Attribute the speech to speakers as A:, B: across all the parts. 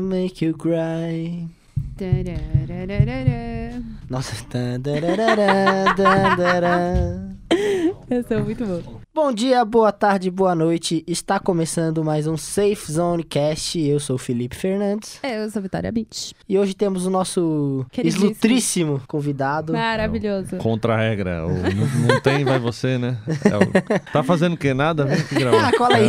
A: make you cry.
B: Tararararará.
A: Nossa. tá, dararará, darará.
B: Essa é muito boa.
A: Bom dia, boa tarde, boa noite. Está começando mais um Safe Zone Cast. Eu sou o Felipe Fernandes.
B: Eu sou a Vitória Beach.
A: E hoje temos o nosso
B: Queridíssimo. Ah,
A: ilustríssimo convidado.
B: Maravilhoso.
C: Contra a regra. O n- não tem, vai você, né? É o- Tá fazendo o que? Nada? Vem aqui
A: Ah,
C: gravar.
A: cola aí.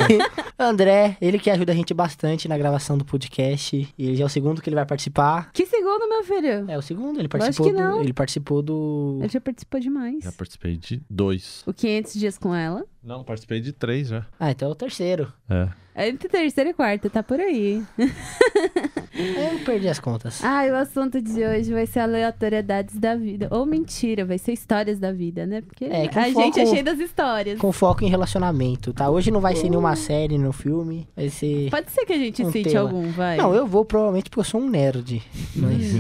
A: André, ele que ajuda a gente bastante na gravação do podcast. E ele já é o segundo que ele vai participar.
B: Que segundo, meu filho?
A: É o segundo, ele
B: acho
A: participou
B: que
A: do.
B: não. É.
A: Ele participou do.
B: Ele já participou demais.
C: Já participei de dois.
B: O 500 dias com ela.
C: Não, participei de três já.
A: Ah, então é o terceiro.
B: Tá
C: É.
B: Entre terceira e quarta, tá por aí.
A: Eu perdi as contas.
B: Ah, e o assunto de hoje vai ser aleatoriedades da vida. Ou mentira, vai ser histórias da vida, né? Porque
A: É, com
B: a gente é
A: foco-
B: cheio das histórias.
A: Com foco em relacionamento, tá? Hoje não vai ser
C: Oh.
A: nenhuma série, nenhum filme. Vai ser.
B: Pode ser que a gente
A: Um
B: cite
A: tema.
B: algum, vai.
A: Não, eu vou provavelmente porque eu sou um nerd. Mas,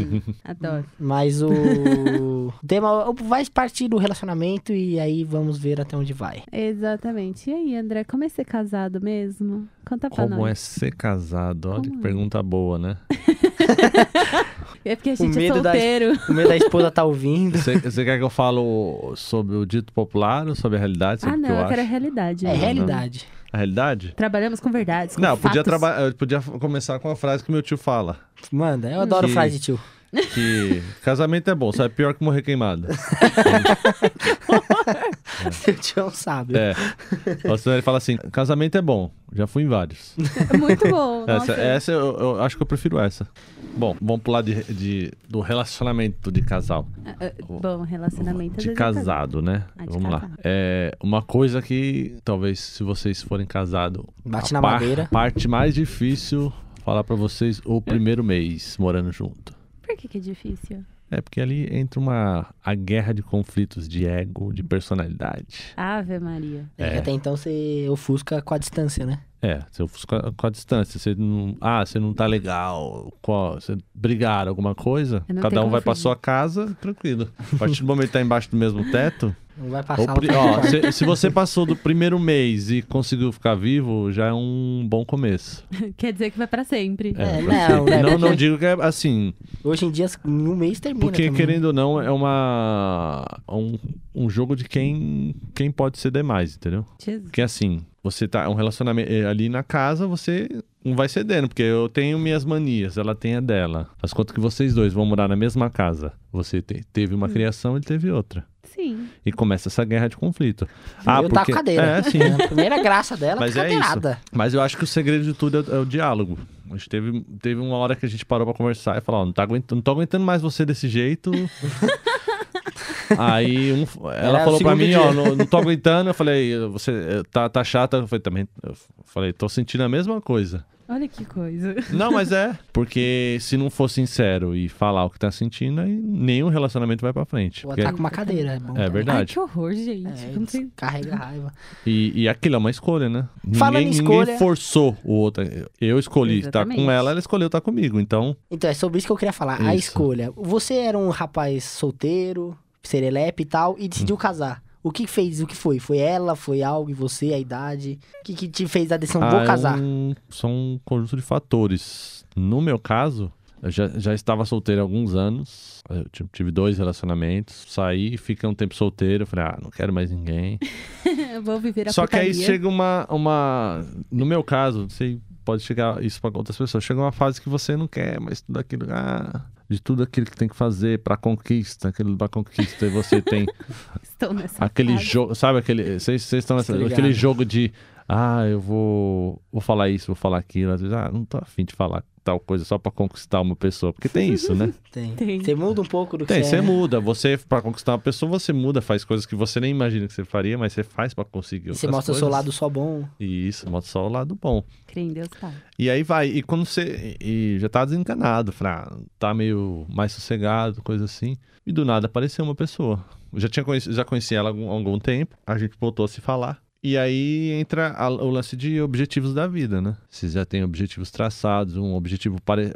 B: Adoro.
A: mas o o tema vai partir do relacionamento e aí vamos ver até onde vai.
B: Exatamente. E aí, André, como é ser casado mesmo? Conta pra
C: Como é
B: nós.
C: ser casado? Olha
B: Como
C: que
B: é?
C: pergunta boa, né?
B: É, porque a
A: O
B: gente é
A: medo da-
B: solteiro.
A: O medo da esposa tá ouvindo.
C: Você você quer que eu fale o- sobre o dito popular ou sobre a realidade? Sobre
B: Ah,
C: o que
B: não, eu,
C: eu
B: quero a
C: acho?
B: realidade.
A: É
B: né?
A: realidade.
C: A realidade?
B: Trabalhamos com verdades. Com
C: Não, eu podia,
B: fatos.
C: traba... eu podia f- começar com a frase que meu tio fala.
A: Manda, eu adoro
C: Que-
A: frase de tio.
C: Que casamento é bom, só é pior que morrer queimado.
A: Seu tio é um sábio.
C: É. Ou senão ele fala assim, casamento é bom, já fui em vários.
B: Muito bom.
C: Essa, é-
B: nossa.
C: essa eu, eu acho que eu prefiro essa. Bom, vamos pular de, de- do relacionamento de casal.
B: Ah, Bom, relacionamento. às
C: De
B: vezes é
C: casado, né?
B: Ah, de
C: vamos lá.
B: casado.
C: É uma coisa que talvez se vocês forem casados.
A: Bate
C: a
A: na
C: par-
A: madeira.
C: parte mais difícil falar pra vocês o primeiro mês morando junto.
B: Por que, que é difícil?
C: É porque ali entra uma a guerra de conflitos de ego, de personalidade.
B: Ave Maria.
A: É que Até então você ofusca com a distância, né?
C: É, se eu fosse com a, com a distância, você não, ah, você não tá legal, qual, você brigaram alguma coisa,
B: Eu não
C: cada
B: tenho
C: um vai pra
B: conflito.
C: sua casa, tranquilo. A partir do momento que tá embaixo do mesmo teto,
A: Não vai
C: ou
A: passar
C: pri-
A: no
C: ó,
A: cartão.
C: se, se você passou do primeiro mês e conseguiu ficar vivo, já é um bom começo.
B: Quer dizer que vai pra sempre.
C: É,
A: É,
C: pra
A: não,
C: ser.
A: né,
C: não, não
A: porque-
C: digo que é assim,
A: Hoje em dia, em um mês termina.
C: porque
A: também.
C: querendo ou não, é uma um, um jogo de quem quem pode ser demais, entendeu?
B: Jesus.
C: Porque assim, você tá. Um relacionamento. eh, Ali na casa, você não vai cedendo, porque eu tenho minhas manias, ela tem a dela. Mas quanto que vocês dois vão morar na mesma casa? Você te- teve uma criação, ele teve outra.
B: Sim.
C: E começa essa guerra de conflito.
A: eu taco a cadeira.
C: É, sim.
A: A primeira graça dela
C: Mas
A: é
C: é isso.
A: cadeirada.
C: Mas eu acho que o segredo de tudo é, o- é o diálogo. A gente teve, teve uma hora que a gente parou pra conversar e falou: ó, não, tá aguentando, não tô aguentando mais você desse jeito. Aí um, ela
A: Era o
C: falou pra
A: segundo
C: mim,
A: dia.
C: ó, não, não tô aguentando. Eu falei, você eh, tá, tá chata. Eu falei, também. Eu falei, tô sentindo a mesma coisa.
B: Olha que coisa.
C: Não, mas é. Porque se não for sincero e falar o que tá sentindo, aí nenhum relacionamento vai pra frente.
A: Ou
C: Porque-
A: ataca uma cadeira. É, bom
C: É
A: também.
C: verdade.
B: Ai, que horror, gente.
A: É,
B: Como assim?
A: carrega a raiva.
C: E, e aquilo é uma escolha, né?
A: Falando em
C: ninguém,
A: escolha-
C: ninguém forçou o outro. Eu escolhi estar
B: Exatamente.
C: com ela, ela escolheu estar comigo. Então,
A: Então, é sobre isso que eu queria falar. A
C: Isso.
A: escolha. Você era um rapaz solteiro, serelepe e tal, e decidiu
C: Hum.
A: casar. O que fez? O que foi? Foi ela? Foi algo? E você? A idade? O que, que te fez dar a decisão?
C: ah,
A: Então, Vou
C: é
A: casar.
C: um- são um conjunto de fatores. No meu caso, eu já, já estava solteiro há alguns anos. Eu ti- tive dois relacionamentos. Saí, fiquei um tempo solteiro. Falei, ah, não quero mais ninguém.
B: Eu vou viver a
C: Só que aí
B: putaria.
C: chega uma, uma. No meu caso, não sei, pode chegar isso pra outras pessoas. Chega uma fase que você não quer, mas tudo aquilo. Ah, de tudo aquilo que tem que fazer pra conquista, aquilo da conquista, e você tem
B: Estou nessa
C: aquele
B: fase.
C: jogo, sabe aquele, vocês vocês estão nessa,
A: Tô ligado.
C: aquele jogo de ah, eu vou vou falar isso, vou falar aquilo, às vezes ah, não tô afim de falar tal coisa só pra conquistar uma pessoa, porque tem isso, né?
A: Tem.
B: Tem.
A: Você muda um pouco do que
C: tem,
A: você
C: você
A: é. né?
C: muda, você pra conquistar uma pessoa, você muda, faz coisas que você nem imagina que você faria, mas você faz pra conseguir
A: E
C: outras
A: Você mostra o seu
C: coisas.
A: lado só bom.
C: E isso, mostra só o lado bom.
B: Crê em Deus, tá.
C: E aí vai, e quando você e já tá desencanado, fra, tá meio mais sossegado, coisa assim, e do nada apareceu uma pessoa. Eu já tinha conhecido, já conheci ela há algum, algum tempo, a gente voltou a se falar. E aí entra a- o lance de objetivos da vida, né? Você já tem objetivos traçados, um objetivo pare...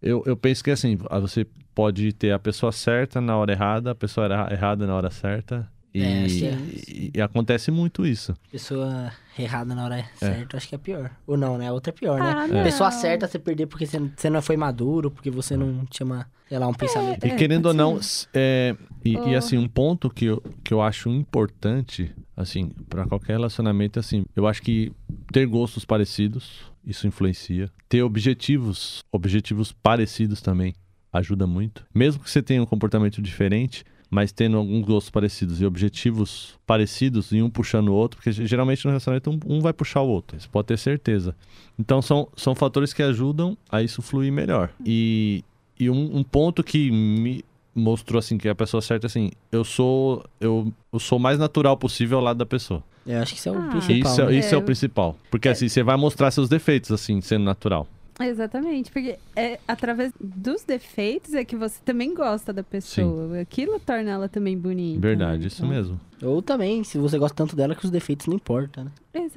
C: eu, eu penso que ah, assim, você pode ter a pessoa certa na hora errada, a pessoa era- errada na hora certa. E,
A: É, acho
C: e- e acontece muito isso.
A: Pessoa errada na hora certa, acho que é pior. Ou não, né? Outra é pior,
B: Ah,
A: né?
B: não.
A: Pessoa certa você perder porque você você não foi maduro, porque você não tinha, uma, sei lá, um pensamento.
C: E
B: É,
C: querendo ou
B: pode
C: não, s- é, e, e,
B: Ô.
C: assim, um ponto que eu, que eu acho importante, assim, pra qualquer relacionamento, assim, eu acho que ter gostos parecidos, isso influencia. Ter objetivos, objetivos parecidos também, ajuda muito. Mesmo que você tenha um comportamento diferente, mas tendo alguns gostos parecidos e objetivos parecidos, e um puxando o outro, porque ge- geralmente no relacionamento um, um vai puxar o outro, isso pode ter certeza. Então são, são fatores que ajudam a isso fluir melhor. E, e um, um ponto que me mostrou assim que a pessoa certa assim eu sou eu, eu sou o mais natural possível ao lado da pessoa
A: Eu acho que isso é o
B: Ah.
A: principal.
C: isso, é-
A: né?
C: isso é o
B: É.
C: principal porque assim você vai mostrar seus defeitos assim sendo natural
B: Exatamente, porque é através dos defeitos é que você também gosta da pessoa. Aquilo torna ela também bonita.
C: verdade
B: né?
C: isso
B: Então,
C: mesmo
A: Ou também, se você gosta tanto dela que os defeitos não importam, né?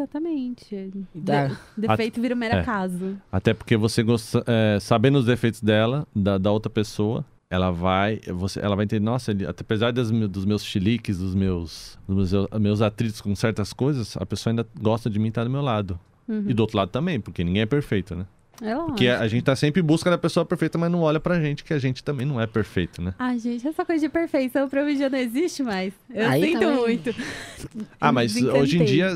B: Exatamente.
A: E dá-
B: De- defeito vira um mero
C: É.
B: caso.
C: até porque você gosta é, sabendo os defeitos dela da, da outra pessoa ela vai você ela vai entender nossa ele- apesar das me- dos meus chiliques dos meus dos meus, meus atritos com certas coisas a pessoa ainda gosta de mim estar tá do meu lado
B: Uhum.
C: e do outro lado também porque ninguém é perfeito né
B: É lógico.
C: Porque a gente tá sempre em busca da pessoa perfeita, mas não olha pra gente que a gente também não é perfeito, né?
B: Ah, gente, essa coisa de perfeição pra mim já não existe mais. Eu
A: Aí
B: sinto
A: também.
B: muito.
C: Ah, mas
B: Desencantei.
C: hoje em dia,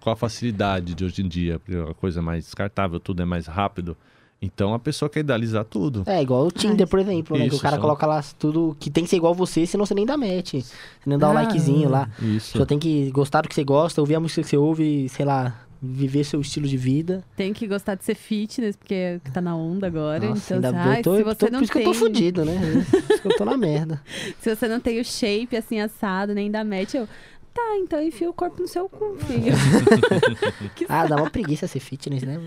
C: com a facilidade de hoje em dia, porque a coisa é mais descartável, tudo é mais rápido, então a pessoa quer idealizar tudo.
A: É, igual o Tinder, por exemplo, né? que
C: Isso,
A: o cara
C: só.
A: coloca lá tudo que tem que ser igual você, senão você nem dá match. Você não dá o
C: Ah,
A: likezinho lá.
C: Isso.
A: Só tem que gostar do que você gosta, ouvir a música que você ouve, sei lá, viver seu estilo de vida.
B: Tem que gostar de ser fitness, porque é o que tá na onda agora.
A: Nossa,
B: então,
A: ainda
B: ai,
A: eu tô,
B: se
A: eu
B: você
A: tô-
B: não
A: por isso
B: tem...
A: que eu tô fudido, né? Por isso que eu tô na merda.
B: Se você não tem o shape assim assado, nem da match, eu. Tá, então enfia o corpo no seu cu, filho. que
A: Ah, dá uma preguiça ser fitness, né?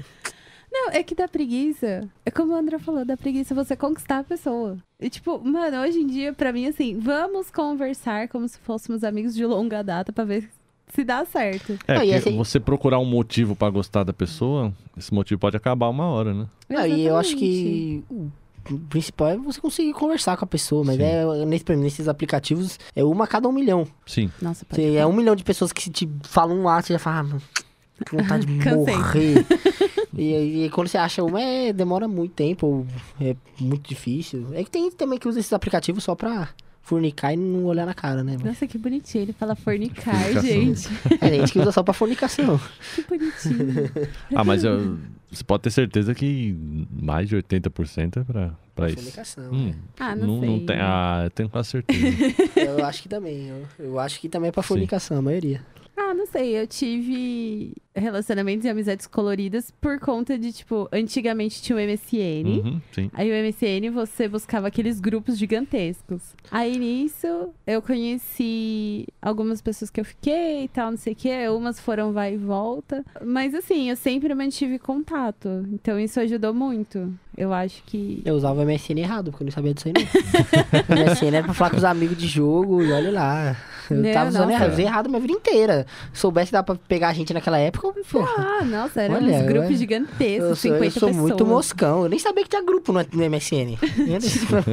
B: Não, é que dá preguiça. É como o André falou, dá preguiça você conquistar a pessoa. E tipo, mano, hoje em dia, pra mim, assim, vamos conversar como se fôssemos amigos de longa data pra ver se dá certo.
C: É,
A: Não, e
C: porque
A: assim-
C: você procurar um motivo pra gostar da pessoa, esse motivo pode acabar uma hora, né?
A: Não, e eu acho
B: Exatamente.
A: que o principal é você conseguir conversar com a pessoa, mas
C: Sim.
A: é, nesse- por exemplo, nesses aplicativos é uma a cada um milhão.
C: Sim.
B: Nossa, pode
A: Você, é um milhão de pessoas que te falam um ato e já fala, ah, mano, que vontade de
B: Cansei.
A: morrer. e, e quando você acha uma, é, demora muito tempo, ou é muito difícil. É que tem gente também que usa esses aplicativos só pra fornicar e não olhar na cara, né? mano?
B: Nossa, que bonitinho. Ele fala fornicar,
C: Fornicação.
B: gente.
A: É gente que usa só pra fornicação.
B: Que bonitinho.
C: Ah, mas eu- você pode ter certeza que mais de 80% é pra, pra isso.
A: fornicação.
C: Hum,
B: Ah, não,
C: não,
B: sei.
C: não tem. Ah, eu tenho quase certeza.
A: Eu acho que também. Eu, eu acho que também é pra
C: Sim.
A: fornicação, a maioria.
B: Ah, não sei. Eu tive relacionamentos e amizades coloridas por conta de, tipo, antigamente tinha o MSN.
C: Uhum, sim.
B: Aí o MSN você buscava aqueles grupos gigantescos. Aí nisso eu conheci algumas pessoas que eu fiquei e tal, não sei o quê. Umas foram vai e volta. Mas assim, eu sempre mantive contato. Então isso ajudou muito. Eu acho que.
A: Eu usava o MSN errado, porque eu não sabia disso aí não. o MSN era pra falar com os amigos de jogo e olha lá. Eu
B: Não,
A: tava usando
B: nossa.
A: errado, usei errado minha vida inteira. Se soubesse dar pra pegar a gente naquela época, pô,
B: Ah, nossa, eram
A: Olha,
B: uns grupos
A: eu-
B: gigantescos,
A: eu sou,
B: 50
A: eu sou
B: pessoas.
A: muito moscão. Eu nem sabia que tinha grupo no, no MSN.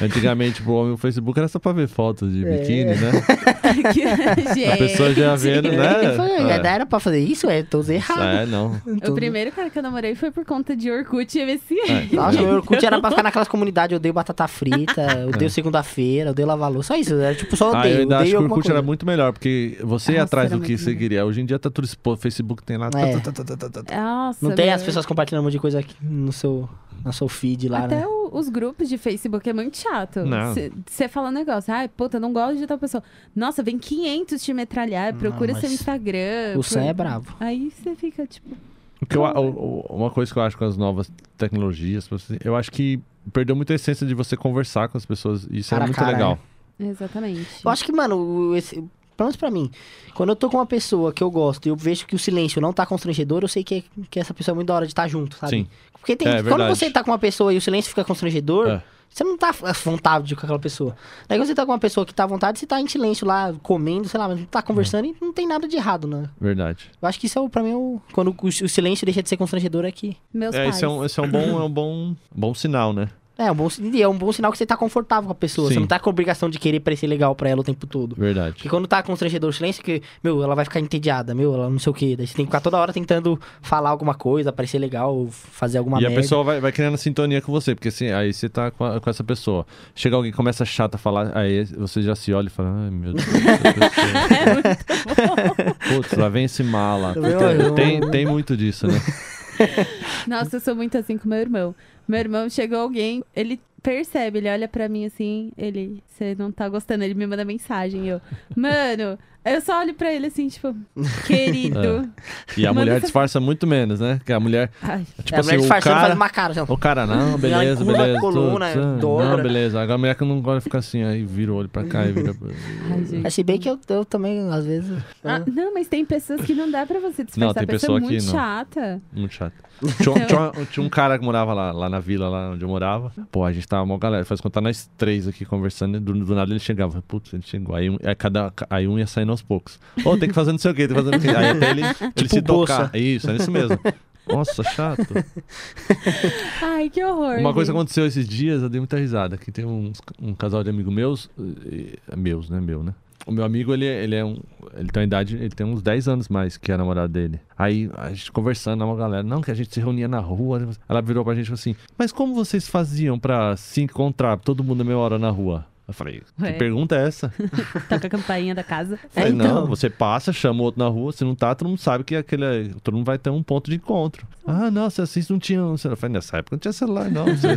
C: Antigamente, pro homem, o Facebook era só pra ver fotos de
A: É.
C: biquíni, né?
B: Gente.
C: A pessoa já vendo, né?
A: Eu falei,
C: É.
A: Era pra fazer isso? É, tô usando errado.
C: Ah, é, não.
B: O primeiro cara que eu namorei foi por conta de Orkut e MSN.
C: É.
A: Nossa, meu Orkut era pra ficar naquelas comunidades, eu odeio batata frita, eu odeio segunda-feira, eu odeio lavar louça, só isso, era tipo só
C: É. Ah,
A: odeio,
C: eu
A: odeio
C: ainda acho que o
A: alguma
C: Orkut
A: coisa.
C: era muito melhor, porque você ia
B: Nossa,
C: atrás
B: era
C: do que
B: muito
C: você
B: melhor.
C: queria. Hoje em dia tá tudo exposto, Facebook tem lá. tá,
A: É.
C: tá, tá, tá, tá, tá, tá.
B: Nossa,
A: Não tem
B: meu.
A: as pessoas compartilhando um monte de coisa aqui no seu, no seu feed lá,
B: Até
A: né?
B: o- os grupos de Facebook é muito chato.
C: Não.
B: Você fala um negócio, ai, puta, eu não gosto de tal pessoa. Nossa, vem 500 te metralhar, procura
A: mas
B: seu Instagram.
A: O Sam
B: pro-
A: é brabo.
B: Aí você fica tipo,
C: O que eu- o- o- uma coisa que eu acho com as novas tecnologias, assim, eu acho que perdeu muito a essência de você conversar com as pessoas. e Isso
A: Cara
C: era
A: a
C: muito
A: cara, né?
C: legal.
B: exatamente.
A: Eu acho que, mano, o- esse, pelo menos pra mim, quando eu tô com uma pessoa que eu gosto e eu vejo que o silêncio não tá constrangedor, eu sei que, que essa pessoa é muito da hora de estar junto, sabe?
C: Sim.
A: Porque tem,
C: É,
A: quando
C: verdade.
A: você tá com uma pessoa e o silêncio fica constrangedor,
C: É.
A: você não tá à vontade com aquela pessoa. Daí quando você tá com uma pessoa que tá à vontade, você tá em silêncio lá, comendo, sei lá, mas não tá conversando
C: Uhum.
A: e não tem nada de errado, né?
C: Verdade.
A: Eu acho que isso é, o- pra mim, o, quando o, o silêncio deixa de ser constrangedor aqui.
B: Meus
C: É,
B: pais.
C: esse é um, esse é um bom, é um bom, bom sinal, né?
A: É um, bom, sin- e é um bom sinal que você tá confortável com a pessoa. Você
C: Sim.
A: não tá com a obrigação de querer parecer legal pra ela o tempo todo.
C: Verdade.
A: Porque quando tá constrangedor o silêncio, que, meu, ela vai ficar entediada, meu, ela não sei o quê. Daí você tem que ficar toda hora tentando falar alguma coisa, parecer legal, fazer alguma
C: e a
A: merda.
C: pessoa vai, vai criando sintonia com você, porque assim, aí você tá com, a- com essa pessoa. Chega alguém, começa chata a falar, aí você já se olha e fala, ai meu Deus, essa pessoa.
B: É muito
C: putz, lá vem esse mala.
A: Meu irmão.
C: Tem, tem muito disso, né?
B: Nossa, eu sou muito assim com meu irmão. Meu irmão chegou alguém, ele percebe, ele olha pra mim assim, ele, você não tá gostando, ele me manda mensagem, eu, mano, eu só olho pra ele assim, tipo, querido.
C: E a
B: Manda
C: mulher
B: essa-
C: disfarça muito menos, né? Que a mulher,
B: Ai,
C: tipo
A: é, a
C: assim,
A: mulher
C: o
A: disfarçando
C: cara...
A: faz uma cara, assim, ó.
C: O cara, não, beleza,
A: encurta a
C: beleza.
A: coluna, é
C: tudo, tudo,
A: dobra.
C: Não, beleza. Agora a mulher que não gosta de ficar assim, aí vira o olho pra cá e vira.
B: ai, gente.
A: Mas se bem que é. eu, eu também, às vezes. né?
B: Ah, não, mas tem pessoas que não dá pra você disfarçar.
C: Não, tem
B: a pessoa
C: pessoa
B: é
C: que
B: muito
C: não.
B: chata.
C: Muito chato. Tinha, um- tinha um- tinha um cara que morava lá, lá na vila, lá onde eu morava. Pô, a gente tava uma galera. Faz contar nós três aqui conversando. e Do, do nada ele chegava. Putz, ele chegou. Aí, um- aí cada, aí um ia saindo aos poucos. Ô, tem que fazer não sei o quê, tem que fazer não sei o quê. Aí até ele, ele se
A: bolsa.
C: tocar. Isso, é isso mesmo. Nossa, chato.
B: Ai, que horror.
C: Uma coisa
B: gente.
C: aconteceu esses dias, eu dei muita risada. Que tem uns- um casal de amigos meus, eh, meus, né? Meu, né? O meu amigo, ele, é- ele é um. Ele tem uma idade, ele tem uns 10 anos mais que a namorada dele. Aí a gente conversando, uma galera, não, que a gente se reunia na rua. né? Ela virou pra gente e falou assim: Mas como vocês faziam pra se encontrar todo mundo a meia hora na rua? Eu falei,
B: Ué.
C: que pergunta é essa?
B: Toca a campainha da casa.
A: É,
C: falei,
A: então.
C: Não, você passa, chama o outro na rua, se não tá, todo mundo sabe que aquele, todo mundo vai ter um ponto de encontro. Ah, nossa, assim não tinha. um celular. Eu falei, nessa época não tinha celular, não. Você-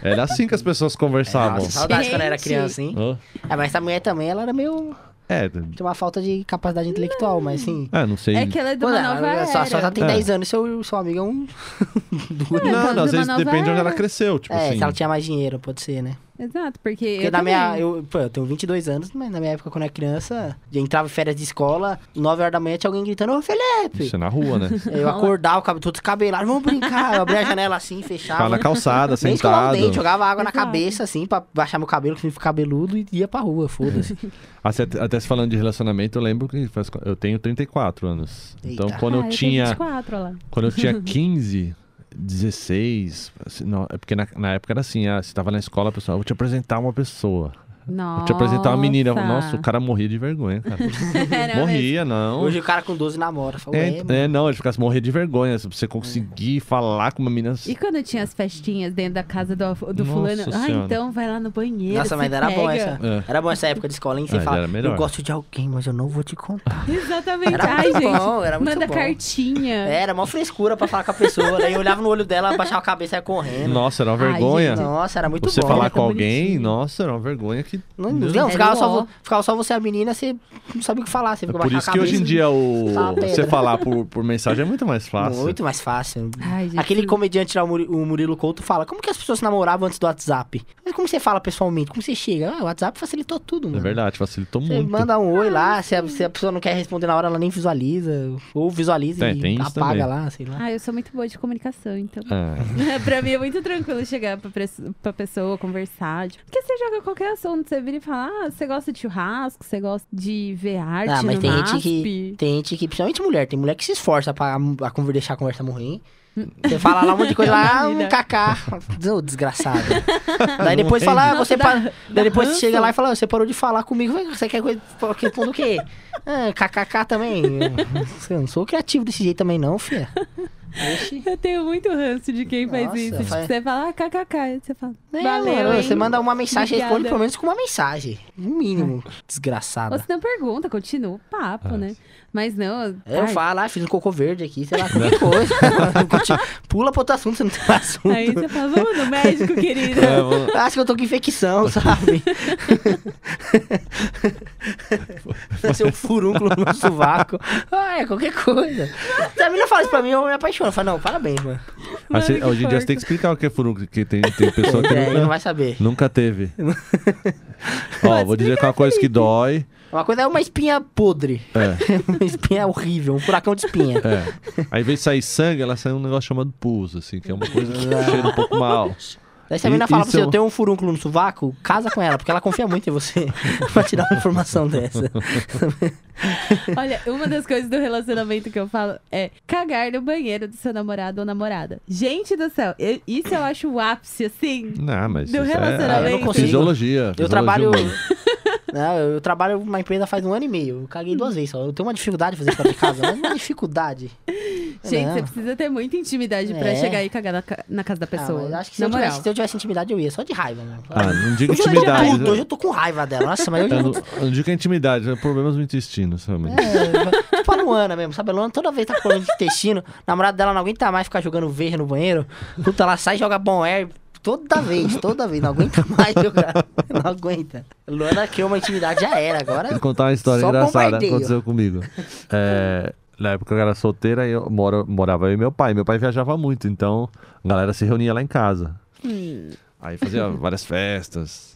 C: Era assim que as pessoas conversavam.
A: Nossa, saudade quando eu era assim?
B: Gente.
A: criança, hein?
C: Hã?
A: É, mas essa mulher também, ela era meio.
C: É,
A: Tinha uma falta de capacidade intelectual, mas sim.
C: é, não sei.
B: É que ela é de uma
A: Pô, não,
B: nova era.
A: só, só ela tem
C: É.
A: 10 anos, seu, seu amigo é um.
B: É, ela é
C: Não,
B: de
C: não, às
B: uma
C: vezes
B: nova
C: depende de onde ela
B: era.
C: cresceu. Tipo
A: é,
C: assim.
A: se ela tinha mais dinheiro, pode ser, né?
B: Exato, porque,
A: Porque
B: eu
A: na
B: também.
A: minha. Eu, pô, eu tenho 22 anos, mas na minha época, quando eu era criança, eu entrava em férias de escola, 9 horas da manhã tinha alguém gritando: Ô Felipe!
C: Isso é na rua, né?
A: Eu acordava, o cabelo todo descabelado, vamos brincar. Eu abria a janela assim,
C: Tava
A: fechava.
C: na calçada,
A: Nem escovava o
C: sentado.
A: dente, jogava água na
B: Exato.
A: cabeça, assim, pra baixar meu cabelo, que eu ficar cabeludo, e ia pra rua, foda-se.
C: Até, até se falando de relacionamento, eu lembro que faz- eu tenho 34 anos. Então,
A: Eita.
C: quando
B: Ah,
C: eu
B: tenho
C: tinha
B: 24, olha lá.
C: Quando eu tinha 15, 16, assim, não, é porque na, na época era assim, ah, você tava na escola, a pessoa, "Eu vou te apresentar uma pessoa.
B: Nossa.
C: Vou te apresentar uma menina. Eu, Nossa, o cara morria de vergonha, cara.
B: Era mesmo.
C: morria, não.
A: Hoje o cara com 12 namora. Fala,
C: É,
A: é, mano.
C: é, não, ele ficasse morrendo de vergonha. Se você conseguir falar com uma menina. assim,
B: E quando tinha as festinhas dentro da casa do, do
C: Nossa
B: fulano, ah,
C: Senhora.
B: então vai lá no banheiro.
A: Nossa, mas
B: se
A: era bom
B: pega."
A: essa.
C: É.
A: Era bom essa época de escola, hein? Você
C: Ah,
A: fala,
C: era melhor.
A: eu gosto de alguém, mas eu não vou te contar.
B: Exatamente.
A: Era
B: Ai,
A: muito
B: gente.
A: bom, era muito
B: manda
A: bom. É.
B: cartinha.
A: Era mó frescura pra falar com a pessoa. Daí eu olhava no olho dela, baixava a cabeça e ia correndo.
C: Nossa, era uma
B: Ai,
C: vergonha.
B: gente.
A: Nossa, era muito
C: você
A: bom.
C: falar
B: Era
C: com
B: tão
C: alguém,
B: bonitinho.
C: nossa, era uma vergonha que.
A: Não,
C: Meu
A: não,
B: Deus.
A: ficava, só,
B: Era ó.
A: vo- ficava só você a menina, você não sabia o que falar. Você
C: É
A: ficou
C: por
A: baixando
C: isso
A: a
C: que
A: cabeça.
C: hoje em dia o...
A: Tá uma
C: você
A: pedra.
C: falar por, por mensagem é muito mais fácil.
A: Muito mais fácil.
B: Ai, gente.
A: Aquele comediante lá, o Muri- o Murilo Couto, fala: Como que as pessoas se namoravam antes do WhatsApp? Mas como você fala pessoalmente? Como você chega? Ah, o WhatsApp facilitou tudo, mano.
C: É verdade, facilitou
A: Você
C: muito.
A: manda um oi lá, se a, se a pessoa não quer responder na hora, ela nem visualiza. Ou visualiza
C: É, Tem-
A: e
C: tem isso
A: apaga
C: também.
A: lá, sei lá.
B: Ah, eu sou muito boa de comunicação, então.
C: Ah.
B: pra mim é muito tranquilo chegar pra, pres- pra pessoa, conversar. tipo, porque você joga qualquer assunto, você vira e fala, ah, você gosta de churrasco, você gosta de ver arte
A: Ah, mas
B: no
A: tem gente
B: MASP."
A: que. Tem gente que, principalmente mulher, tem mulher que se esforça pra, pra con- deixar a conversa morrer. Você fala lá um monte de coisa,
B: É uma
A: lá, ah, um
B: Hum. vida.
A: cacá. Ô, desgraçado. Daí depois fala, ah,
B: Nossa,
A: você
B: dá-
A: para. Daí depois
B: ranço.
A: você chega lá e fala, "Ah, você parou de falar comigo, você quer coisa. Que fundo o quê? Ah, kkk também. Eu não sou criativo desse jeito também, não, filha. Oxi.
B: Eu tenho muito ranço de quem faz
A: Nossa,
B: isso. Tipo,
A: faz-
B: você fala, ah, kkk. aí Você fala,
A: É,
B: valeu,
A: mano,
B: hein?
A: Você manda uma mensagem,
B: Obrigada.
A: responde pelo menos com uma mensagem. No mínimo. Desgraçada.
B: Ou se não pergunta, continua o papo,
C: Ah,
B: né?
C: sim.
B: Mas não...
A: Eu
B: ai,
A: falo, ah, fiz um cocô verde aqui, sei lá, qualquer coisa. Continua- Pula pra outro assunto, você não tem assunto.
B: Aí você fala, vamos no médico, querida.
C: É, vamos-
A: Acho que eu tô com infecção, sabe? Nasceu um furúnculo no sovaco. Ah, é qualquer coisa. Se a menina fala isso pra mim, eu me apaixono. Eu falo, não, parabéns, mano.
C: Ah,
B: Mano,
C: cê-
B: que
C: hoje em dia você
B: porco.
C: tem que explicar o que é furúnculo, que tem, tem pessoa que
A: É, ele não
C: nunca,
A: vai saber.
C: nunca teve. Ó,
B: Pode
C: vou dizer que é uma coisa que dói.
A: Uma coisa é uma espinha podre.
C: É,
A: uma espinha horrível, um furacão de espinha.
C: é. Aí, ao invés de sair sangue, ela sai um negócio chamado pus, assim, que é uma coisa que cheira um pouco mal.
A: Daí se a
C: E-
A: menina fala pra
C: isso
A: você,
C: é um-
A: eu tenho um furúnculo no sovaco, casa com ela, porque ela confia muito em você pra tirar uma informação dessa.
B: Olha, uma das coisas do relacionamento que eu falo é cagar no banheiro do seu namorado ou namorada. Gente do céu, eu- isso eu acho o ápice, assim.
C: Não, mas.
B: Do
C: isso é-
B: relacionamento.
C: é
A: Eu não consigo.
C: Fisiologia.
A: Eu
C: fisiologia
A: trabalho.
C: humana.
A: Não, eu trabalho numa empresa faz um ano e meio. Eu caguei duas vezes só. Eu tenho uma dificuldade de fazer fora de casa, mas uma dificuldade.
B: Gente,
A: Não.
B: você precisa ter muita intimidade pra
A: É.
B: chegar e cagar na, ca- na casa da
A: Ah,
B: pessoa.
A: mas acho que se
B: na
A: eu, tivesse,
B: moral.
A: se eu tivesse intimidade, eu ia, só de raiva, mano.
C: Ah, não digo
A: Hoje eu tô
C: intimidade.
A: puto,
C: né?
A: hoje eu tô com raiva dela. Nossa, mas hoje eu
C: Eu
A: vou
C: não, eu não digo que é intimidade, é problemas no intestino, realmente.
A: É, tipo a Luana mesmo, sabe? A Luana toda vez tá com problema de intestino, o namorado dela não aguenta mais ficar jogando verde no banheiro. Puta, ela sai e joga bom air toda vez, toda vez, não aguenta mais jogar. Não aguenta. Luana criou uma intimidade, já era, agora.
C: Vou contar uma história
A: Só
C: engraçada que
A: bombardeio.
C: aconteceu comigo. É, na época eu era solteira e eu moro, morava eu e meu pai. Meu pai viajava muito, então a galera se reunia lá em casa.
A: Hum.
C: Aí fazia várias festas.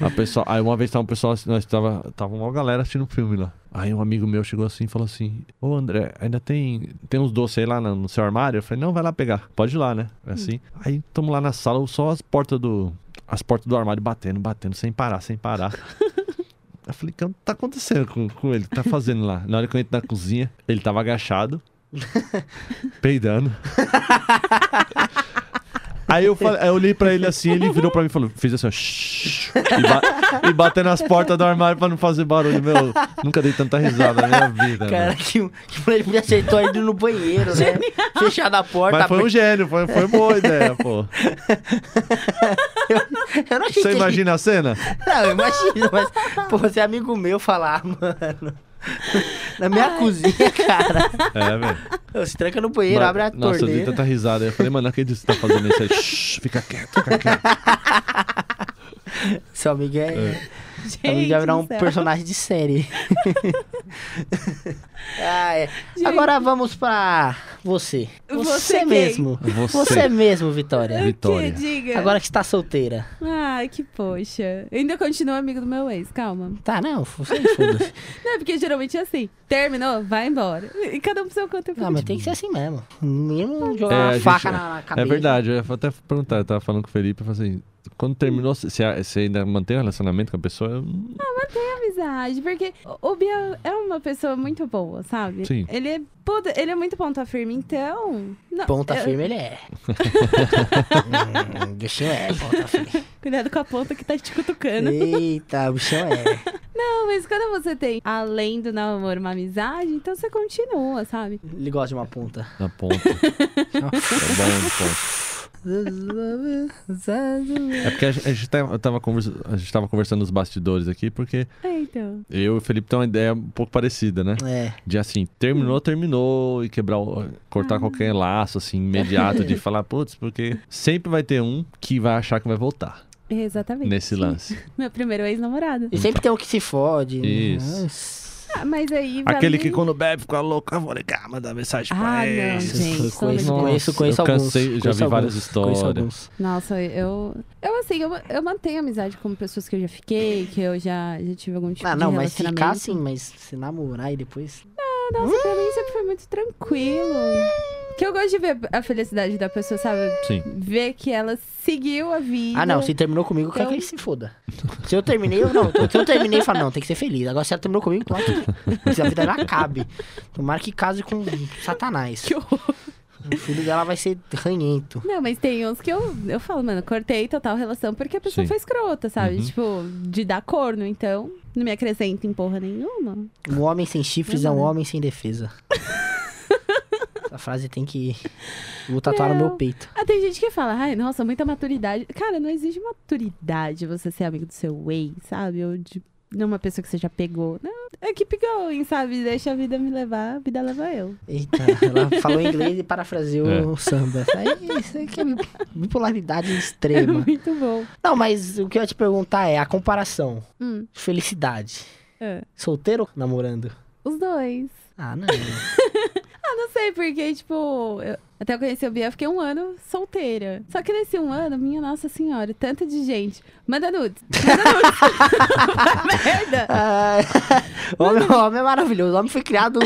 C: A pessoa, aí uma vez tava um pessoal, nós tava, tava uma galera assistindo um filme lá. Aí um amigo meu chegou assim e falou assim: Ô André, ainda tem, tem uns doces aí lá no, no seu armário? Eu falei: Não, vai lá pegar, pode ir lá, né? É Assim.
A: Hum.
C: Aí estamos lá na sala, só as portas do, as portas do armário batendo, batendo, sem parar, sem parar. Eu falei, o que tá acontecendo com, com ele? O que tá fazendo lá? Na hora que eu entro na cozinha, ele tava agachado, peidando. Aí eu, falei, aí eu olhei pra ele assim, ele virou pra mim e falou, fiz assim, ó, shhh, e, ba- e batendo as portas do armário pra não fazer barulho. Meu, nunca dei tanta risada na minha vida.
A: Cara,
C: Cara,
A: que, que ele me aceitou indo no banheiro, né? Fechado a porta.
C: Mas foi um
A: abre-
C: gênio, foi, foi boa ideia, pô.
A: Eu não achei
C: Você
A: que-
C: imagina a cena?
A: Não, eu imagino, mas, pô, você é amigo meu falar, mano. Na minha cozinha, cara.
C: É, velho.
A: Se tranca no banheiro,
C: Mas-
A: abre a
C: Nossa, eu dei
A: torneira.
C: tanta risada. Eu falei, mano, não acredito que você tá fazendo isso aí. Shhh, fica quieto, fica quieto. tá-
A: Seu amigo é.
B: Gente,
A: Ele já virar
B: do
A: um
B: céu.
A: personagem de série. Ah, é. Agora vamos pra você.
B: Você
A: Você,
B: quem?
A: mesmo.
C: Você.
A: Você. mesmo, Vitória.
C: Vitória.
B: Que diga.
A: Agora que está solteira.
B: Ai, que poxa. Eu ainda continuo amigo do meu ex, calma.
A: Tá, não, você que foda-se.
B: Não, é porque geralmente é assim. Terminou, vai embora. E cada um pro seu canto. eu fico
A: Não, mas tem que ser assim mesmo. Mesmo jogar
C: É, a
A: uma
C: gente-
A: faca na, na
C: É
A: cabeça.
C: verdade, eu ia até perguntar, eu tava falando com o Felipe, eu falei assim, quando terminou, você- você você ainda mantém o relacionamento com a pessoa? Eu- "Hum,
B: amizade, porque o- o Biel é uma pessoa muito boa, sabe?
C: Sim.
B: Ele é, puta, ele é muito ponta firme, então. não-
A: Ponta
B: eu-
A: firme ele é. hum, bichão é, ponta firme.
B: Cuidado com a ponta que tá te cutucando.
A: Eita, bichão é.
B: Não, mas quando você tem, além do namoro, uma amizade, então você continua, sabe?
A: Ele gosta de uma ponta.
C: Na ponta. tá bom, na ponta. É porque a gente, a gente tá- eu tava conversa- a gente tava conversando nos bastidores aqui, porque
B: É, então.
C: eu e o Felipe tem uma ideia um pouco parecida, né?
A: É.
C: De assim,
B: Hum.
C: terminou, terminou, e quebrar, o-
B: Ah.
C: cortar qualquer laço, assim, imediato, de falar, putz, porque sempre vai ter um que vai achar que vai voltar
B: Exatamente.
C: nesse lance.
B: Meu primeiro ex-namorado.
A: E sempre tem um que se fode. né?
C: Isso.
A: Nossa.
B: Ah, mas aí. vale-
C: Aquele que quando bebe fica louco, eu vou ligar, mandar mensagem
B: Ah,
C: pra ele.
B: não, gente.
A: Conheço,
B: são muito
A: conheço,
B: bons.
A: conheço, conheço
C: eu
A: alguns.
C: cansei, já
A: conheço
C: vi
A: alguns,
C: várias histórias.
A: Conheço alguns.
B: Nossa, eu. Eu, assim, eu, eu mantenho amizade com pessoas que eu já fiquei, que eu já, já tive algum tipo
A: Ah,
B: de
A: não, mas
B: relacionamento.
A: ficar assim, mas se namorar e depois.
B: Nossa, pra
A: Uh!
B: mim sempre foi muito tranquilo. Que eu gosto de ver a felicidade da pessoa, sabe?
C: Sim.
B: Ver que ela seguiu a vida.
A: Ah, não, se terminou comigo, eu quero que ele se foda. Se eu terminei, eu não. Se eu terminei, eu falo, não, tem que ser feliz. Agora, se ela terminou comigo, então claro que se a vida dela acabe. Tomara que case com Satanás.
B: Que horror.
A: O filho dela vai ser ranhento.
B: Não, mas tem uns que eu, eu falo, mano, cortei total relação porque a pessoa
C: Sim.
B: foi escrota, sabe?
C: Uhum.
B: Tipo, de dar corno, então não me acrescenta em porra nenhuma.
A: Um homem sem chifres é um
B: Verdade.
A: homem sem defesa. Essa frase tem que ir. Vou tatuar no meu
B: Não.
A: peito.
B: Ah, tem gente que fala, ai, nossa, muita maturidade. Cara, não exige maturidade você ser amigo do seu ex, sabe? Ou de de uma pessoa que você já pegou. Não, é que going, sabe? Deixa a vida me levar, a vida leva eu.
A: Eita, ela falou em inglês e parafraseou o samba. Isso aí, isso aí que é bi- bipolaridade
B: É
A: extrema.
B: muito bom.
A: Não, mas o que eu ia te perguntar é a comparação.
B: Hum,
A: Felicidade.
B: é.
A: Solteiro ou namorando?
B: Os dois.
A: Ah, não.
B: Não sei, porque, tipo, eu- até eu conheci o Bia, eu fiquei um ano solteira. Só que nesse um ano, minha nossa senhora, tanta de gente. Manda nudes. Manda nudes. Merda.
A: Ah, O É. homem, o homem é maravilhoso. O homem foi criado.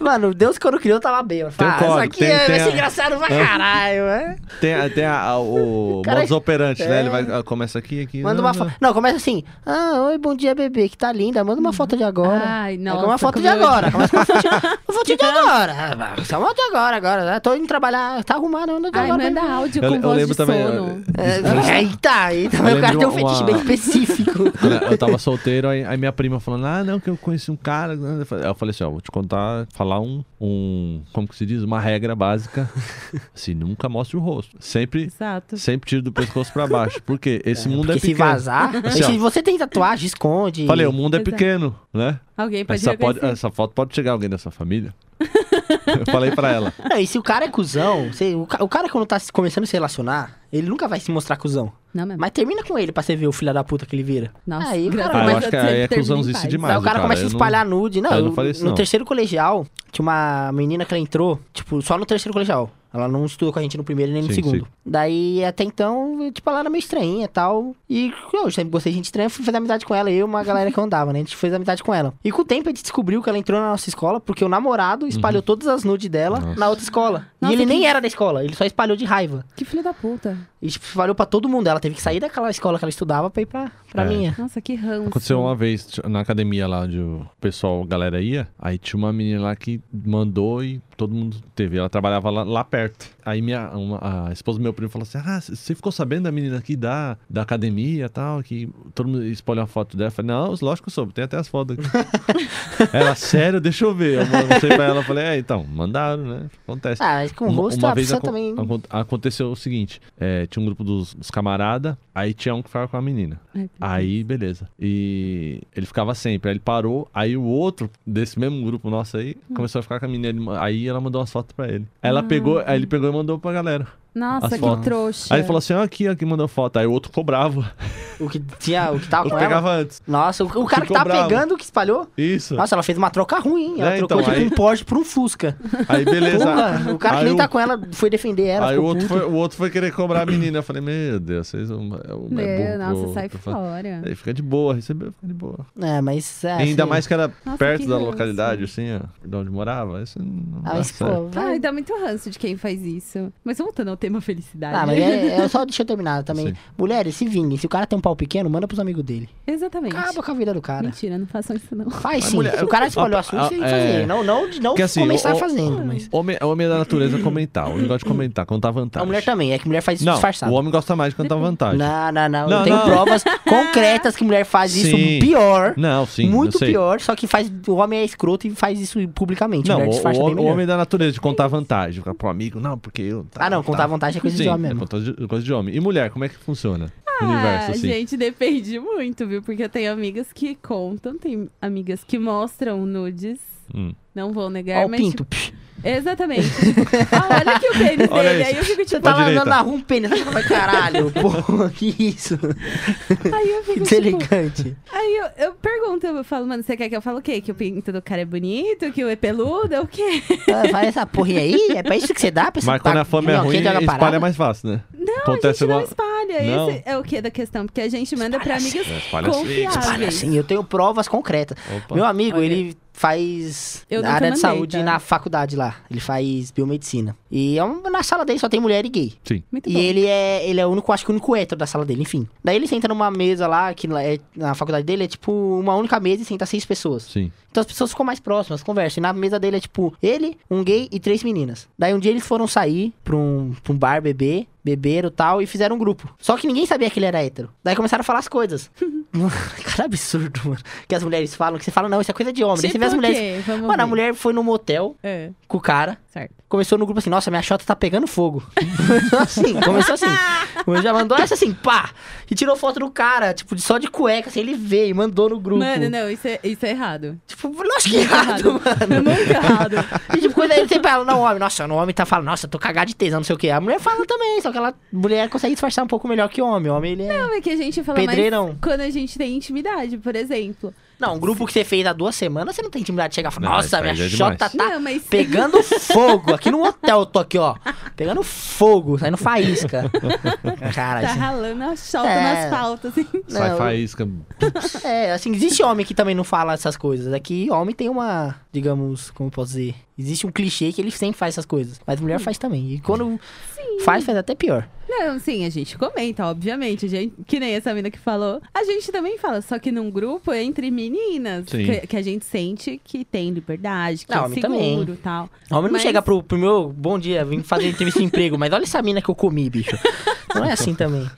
A: Mano, Deus quando criou tava bêbado.
C: Tem um
A: Fala, ah, isso
C: código,
A: aqui
C: tem-
A: é-
C: tem
A: vai
C: a-
A: ser engraçado pra caralho, né?
C: Tem, a- tem a- a- o
A: Cara,
C: modus operandi, né?
A: é.
C: Ele vai, ah, começa aqui, aqui.
A: Manda uma foto. Não, começa assim. Ah, oi, bom dia, bebê, que tá linda. Manda uma foto de agora.
B: Ai,
A: Aí
B: Ah, nossa.
A: com uma foto
B: como
A: de
B: eu-
A: agora. Começa com uma foto de, uma foto de agora. Ah, Só uma foto de agora, agora. né? Tô indo trabalhar, tá arrumado, não de
B: Ai,
A: agora.
B: manda
A: né?
B: áudio
C: Eu,
B: com
C: eu
B: voz
C: lembro
B: de
C: também.
B: sono.
A: É, Eita, eita, meu
C: lembro
A: cara
C: de
A: tem um
C: uma-
A: fetiche bem específico.
C: Quando eu tava solteiro, aí, aí minha prima falando, ah, não, que eu conheci um cara. né? Eu falei- Eu falei assim, ó, vou te contar, falar um, um, como que se diz? Uma regra básica. Assim, nunca mostre o rosto. Sempre,
B: Exato.
C: sempre tiro do pescoço pra baixo. Porque esse mundo é
A: Porque se
C: pequeno.
A: vazar,
C: Assim, ó.
A: se você tem tatuagem, esconde.
C: Falei, o mundo é
B: Exato.
C: pequeno, né?
B: Alguém pode
C: Essa,
B: jogar
C: pode,
B: esse-
C: essa foto pode chegar a alguém da sua família. eu falei pra ela.
A: Não, e se o cara é cuzão, você- o, ca- o cara quando tá se- começando a se relacionar, ele nunca vai se mostrar cuzão.
C: ah,
B: Não, mas...
A: Mas termina com ele pra você ver o filho da puta que ele vira.
B: Nossa,
A: Aí o
B: graças
A: cara
B: a
A: vai- Ah,
B: Deus,
A: eu
C: acho
B: você
C: que aí é
B: termina
C: cuzãozice
B: em paz.
C: demais. Mas
A: Aí o
C: o
A: cara,
C: cara,
A: começa a
C: eu não-
A: espalhar nude. Não,
C: eu não
A: eu-
C: falei isso,
A: no
C: não.
A: terceiro colegial, tinha uma menina que ela entrou, tipo, só no terceiro colegial. Ela não estudou com a gente no primeiro nem no
C: Sim,
A: segundo.
C: sim.
A: Daí, até então, tipo, ela era meio estranha e tal. E eu sempre gostei de gente estranha, fui fazer amizade com ela. Eu e uma galera que eu andava, né? A gente fez amizade com ela. E com o tempo a gente descobriu que ela entrou na nossa escola porque o namorado espalhou todas as nudes dela
C: Uhum. Nossa.
A: na outra escola.
B: Nossa,
A: e ele
B: que-
A: nem era da escola, ele só espalhou de raiva.
B: Que filho da puta.
A: E tipo, espalhou pra todo mundo. Ela teve que sair daquela escola que ela estudava pra ir pra, pra
C: É.
A: minha.
B: Nossa, que ranço.
C: Aconteceu uma vez t- na academia lá onde o pessoal, a galera ia, aí tinha uma menina lá que mandou e todo mundo teve. Ela trabalhava lá, lá perto. Aí minha, uma- a esposa do meu primo falou assim: Ah, c- você ficou sabendo da menina aqui da, da academia e tal, que todo mundo espalhou a foto dela. Eu falei, não, lógico que eu soube, tem até as fotos aqui. ela, sério, deixa eu ver. Eu mostrei pra ela, eu falei, é, então, mandaram, né? Acontece.
A: Ah, mas com o rosto a pessoa
C: aco-
A: também.
C: acon- aconteceu o seguinte: é, tinha um grupo dos, dos camarada, aí tinha um que ficava com a menina.
B: Ai, que-
C: Aí, beleza. E ele ficava sempre. Aí ele parou, aí o outro, desse mesmo grupo nosso aí,
B: Hum.
C: começou a ficar com a menina. Ele ma- Aí ela mandou umas fotos pra ele. Aí
B: Ah,
C: ela pegou, aí ele pegou e mandou pra galera.
B: Nossa,
C: As
B: que é.
C: fotos.
B: trouxa.
C: Aí ele falou assim: ó, aqui, ó, que mandou foto. Aí o outro cobrava.
A: O que tinha, o que tava
C: O
A: Ah, com
C: que
A: ela. Ah,
C: pegava antes.
A: Nossa, o, o cara que
C: Ficou
A: tá
C: bravo.
A: pegando o que espalhou.
C: Isso.
A: Nossa, ela fez uma troca ruim, hein? Ela
C: É,
A: trocou
C: então,
A: tipo
C: aí-
A: um Porsche por um Fusca.
C: Aí, beleza.
A: Porra, o cara que
C: Aí
A: nem
C: o-
A: tá com ela foi defender ela.
C: Aí o
A: ficou
C: outro,
A: puto.
C: foi, o outro foi querer cobrar a menina. Eu falei, meu Deus, vocês vão. É um-
B: Meu,
C: é burro,
B: nossa,
C: burro,
B: sai
C: tô falando.
B: fora.
C: Aí fica de boa, recebeu, fica de boa.
A: É, mas. É,
C: E ainda
A: assim,
C: mais que era
B: Nossa,
C: perto
B: que
C: da
B: ranço.
C: localidade, assim, ó, de onde morava. Isso não
A: Ah,
C: dá
A: mas, pô,
C: certo.
A: vai-
B: Ai, dá muito ranço de quem faz isso. Mas voltando ao tema felicidade.
A: Ah, mas é, é só deixa eu terminar também.
C: Sim.
A: Mulheres, se vinguem. Se o cara tem um pau pequeno, manda pros amigos dele.
B: Exatamente.
A: Acaba com a vida do cara.
B: Mentira, não façam É isso não.
A: Faz
C: Mas,
A: sim.
C: mulher,
A: se o cara espalhou
C: a-
A: a sua, você tem
C: a-
A: que fazer.
C: é.
A: Não, não, não
C: Que assim,
A: começar
C: o- o-
A: fazendo, mas.
C: Homem, o homem é da natureza comentar. O homem gosta de comentar, contar vantagem.
A: A mulher também, é que mulher faz isso
C: Tá, Não,
A: disfarçado.
C: o homem gosta mais tá de contar vantagem.
A: Não, não, não.
C: Não,
A: eu tenho
C: não.
A: provas concretas que mulher faz isso
C: Sim.
A: pior.
C: Não, sim, eu
A: muito
C: sei.
A: pior, só que faz o homem é escroto e faz isso publicamente.
C: Não,
A: mulher
C: o,
A: disfarça
C: o-
A: bem
C: o
A: melhor.
C: homem é da natureza de contar vantagem. Ficar pro amigo, não, porque eu. tá,
A: Ah, não,
C: tá.
A: contar vantagem é coisa
C: Sim,
A: de homem
C: é
A: mesmo.
C: coisa de, coisa de homem. E mulher, como é que funciona? o
B: Ah,
C: universo, assim.
B: gente, depende muito, viu? Porque eu tenho amigas que contam, tem amigas que mostram nudes.
C: Hum.
B: Não vou negar,
A: Ó, o
B: mas.
A: pinto. psh.
B: tipo, exatamente. ah, olha aqui o pênis
C: Olha
B: dele.
C: isso.
B: Aí eu fico
A: Você
B: tipo.
A: tava
C: direita.
A: andando na rua um pênis. Aí eu falei, caralho, porra, que isso?
B: Aí eu
A: Que
B: fico tipo.
A: deselegante.
B: Aí eu, eu pergunto, eu falo, mano, você quer que eu fale o quê? Que o pinto do cara é bonito? Que o é peludo? É o quê?
A: Ah, faz essa porra aí? É pra isso que você dá? Pra esse
C: Mas quando
A: ba-
C: a fama é
A: Não,
C: ruim,
A: quem joga
C: espalha
A: parada?
C: mais fácil, né?
B: Não, a
C: Acontece
B: gente não
C: igual-
B: espalha.
C: Não.
B: Esse é o quê da questão? Porque a gente manda pra
A: Espalha
B: amigas
C: É, espalha assim.
A: Olha,
B: confiáveis.
A: assim, eu tenho provas concretas.
C: Opa.
A: Meu amigo,
B: Olha.
A: ele faz
B: Eu
A: na
B: nunca
A: área de
B: mandei,
A: saúde
B: tá?
A: na faculdade lá. Ele faz biomedicina. E é um- na sala dele só tem mulher e gay.
C: Sim.
B: Muito
A: E
B: bom.
A: ele é, ele é o único, acho que o único hétero da sala dele, enfim. Daí ele senta numa mesa lá, que lá é- na faculdade dele é tipo uma única mesa e senta seis pessoas.
C: Sim.
A: Então as pessoas ficam mais próximas, conversam. E na mesa dele é tipo ele, um gay e três meninas. Daí um dia eles foram sair pra um, pra um bar beber, beberam e tal, e fizeram um grupo. Só que ninguém sabia que ele era hétero. Daí começaram a falar as coisas. Mano, Cara, absurdo, mano. Que as mulheres falam, que você fala, não, isso é coisa de homem. Daí você vê as
B: Tipo o
A: mulheres.
B: quê? Vamos
A: Mano, a
B: ver.
A: mulher foi no motel
B: É,
A: com o cara.
B: certo.
A: Começou no grupo assim, nossa, minha chota tá pegando fogo. Começou assim, começou assim. Mas Já mandou essa assim, pá! E tirou foto do cara, tipo, de- só de cueca, assim, ele veio e mandou no grupo.
B: Mano, não, isso é, isso é errado. Tá
A: Tipo, lógico que é errado, mano.
B: Muito errado.
A: E tipo, quando ele sempre fala, não, homem, nossa, no homem tá falando, nossa, eu tô cagado de tesão, não sei o quê. A mulher fala também, só que ela, mulher consegue disfarçar um pouco melhor que o homem. O homem, ele é...
B: Não, é que a gente fala
A: Pedreirão.
B: mais quando a gente tem intimidade, por exemplo.
A: Não, um grupo que você fez há duas semanas, você não tem intimidade de chegar e falar,
C: Não,
A: nossa,
C: isso aí
A: minha
C: já é demais.
A: chota tá
B: Não, mas
A: pegando fogo. Aqui no hotel eu tô aqui, ó. Pegando fogo, saindo faísca. Cara,
B: Tá
A: assim,
B: ralando a solta
A: É.
B: nas pautas, assim.
A: Não,
C: Sai
A: eu-
C: faísca.
A: É, assim, existe homem que também não fala essas coisas. Aqui, homem tem uma, digamos, como eu posso dizer? Existe um clichê que ele sempre faz essas coisas. Mas mulher faz também. E quando faz, faz até pior.
B: Não, sim, a gente comenta, obviamente. A gente, que nem essa mina que falou. A gente também fala, só que num grupo entre meninas.
C: Sim.
B: Que, que a gente sente que tem liberdade, que
A: Não,
B: é
A: homem também.
B: seguro e tal.
A: Homem
B: Mas-
A: não chega pro, pro meu bom dia, vim fazer entrevista de emprego, mas olha essa mina que eu comi, bicho. Não é assim também.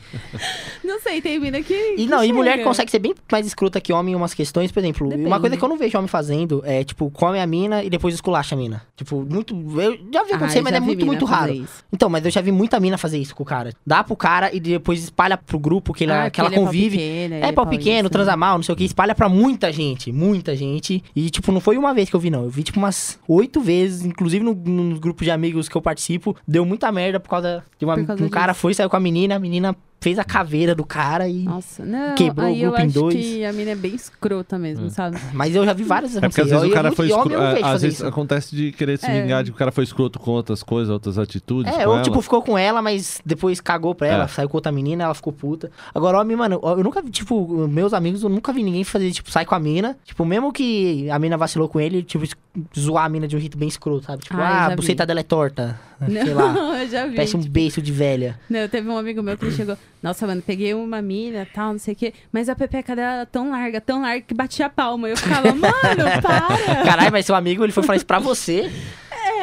B: Não sei, tem mina que.
A: E não, e mulher
B: chega.
A: consegue ser bem mais escrota que homem em umas questões, por exemplo.
B: Depende.
A: Uma coisa que eu não vejo homem fazendo é, tipo, come a mina e depois esculacha a mina. Tipo, muito. Eu já vi
B: Ah,
A: acontecer,
B: eu
A: mas
B: já
A: é
B: vi
A: muito,
B: mina
A: muito
B: fazer
A: raro.
B: isso.
A: Então, mas eu já vi muita mina fazer isso com o cara. Dá pro cara e depois espalha pro grupo que, ele,
B: Ah,
A: que ela
B: ele é pau né?
A: convive.
B: pequeno, ele
A: É pau pequeno,
B: isso,
A: transa mal, não sei o que, espalha pra muita gente, muita gente. E, tipo, não foi uma vez que eu vi, não. Eu vi, tipo, umas oito vezes, inclusive no, no grupo de amigos que eu participo, deu muita merda por causa de uma.
B: Por causa
A: um cara foi, saiu com a menina, a menina fez a caveira do cara e.
B: Nossa, não.
A: Quebrou
B: aí
A: o grupo
B: eu
A: em
B: acho
A: dois.
B: que a mina é bem escrota mesmo, sabe?
A: Mas eu já vi várias
C: É porque às
A: acontecer.
C: vezes o
A: Eu-
C: cara
A: eu-
C: foi
A: e homem
C: escroto.
A: eu não vejo
C: Às
A: fazer
C: vezes
A: isso.
C: acontece de querer se
B: É.
C: vingar de que o cara foi escroto com outras coisas, outras atitudes.
A: É,
C: com
A: ou
C: ela.
A: tipo, ficou com ela, mas depois cagou pra ela,
C: É.
A: saiu com outra menina, ela ficou puta. Agora, homem, mano, ó, eu nunca vi, tipo, meus amigos, eu nunca vi ninguém fazer, tipo, sai com a mina. Tipo, mesmo que a mina vacilou com ele, tipo, es- zoar a mina de um jeito bem escroto, sabe? Tipo,
B: Ah, eu já
A: ah,
B: vi.
A: a buceta dela é torta. Sei lá.
B: Não, eu já vi.
A: Parece um beijo de velha.
B: Não, teve um amigo meu que chegou. Nossa, mano, peguei uma mina, tal, não sei o quê. Mas a pepeca dela era tão larga, tão larga que batia a palma. Eu ficava, mano, para.
A: Caralho, mas seu amigo, ele foi falar isso pra você.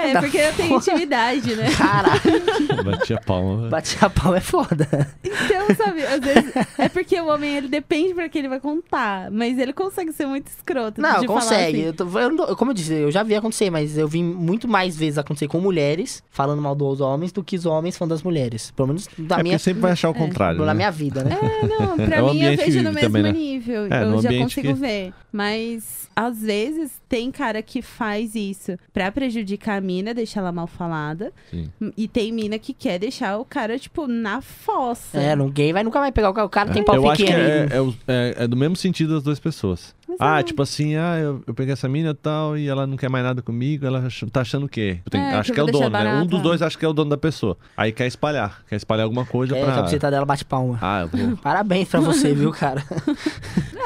B: É, porque eu tenho intimidade, né?
A: Caralho,
C: Bati a palma.
A: bater a pau é foda.
B: Então, sabe, às vezes. É porque o homem, ele depende pra que ele vai contar. Mas ele consegue ser muito escroto.
A: Não,
B: de falar
A: consegue.
B: assim.
A: Eu tô- eu não tô- como eu disse, eu já vi acontecer, mas eu vi muito mais vezes acontecer com mulheres falando mal dos homens do que os homens falando das mulheres. Pelo menos da
C: É
A: minha,
C: porque sempre vai achar o contrário.
A: na
C: né?
A: minha vida, né?
B: É, não, pra
C: É o
B: mim eu
C: ambiente
B: vejo
C: que
B: no
C: vive
B: mesmo
C: também, né?
B: nível.
C: É, no
B: eu já
C: ambiente
B: consigo
C: que-
B: ver. Mas, às vezes, tem cara que faz isso pra prejudicar a mina, deixar ela mal falada.
C: Sim.
B: E tem mina que quer deixar o cara, tipo, na fossa.
A: É, não, gay vai nunca mais pegar o cara. O cara tem pau
C: eu acho que
A: pequeno.
C: é, é o- é- é do mesmo sentido das duas pessoas.
B: Mas
C: ah,
B: é.
C: tipo assim, ah, eu, eu peguei essa mina e tal, e ela não quer mais nada comigo, ela ach- tá achando o quê? Tem-
B: É, que
C: acho
B: eu
C: que é o
B: vou deixar
C: dono, né? Um
B: barato,
C: dos
B: é.
C: dois acho que é o dono da pessoa. Aí quer espalhar, quer espalhar alguma coisa
A: É, que a
C: pra.
A: buceta dela bate palma.
C: Ah, eu vou.
A: Parabéns pra você, viu, cara?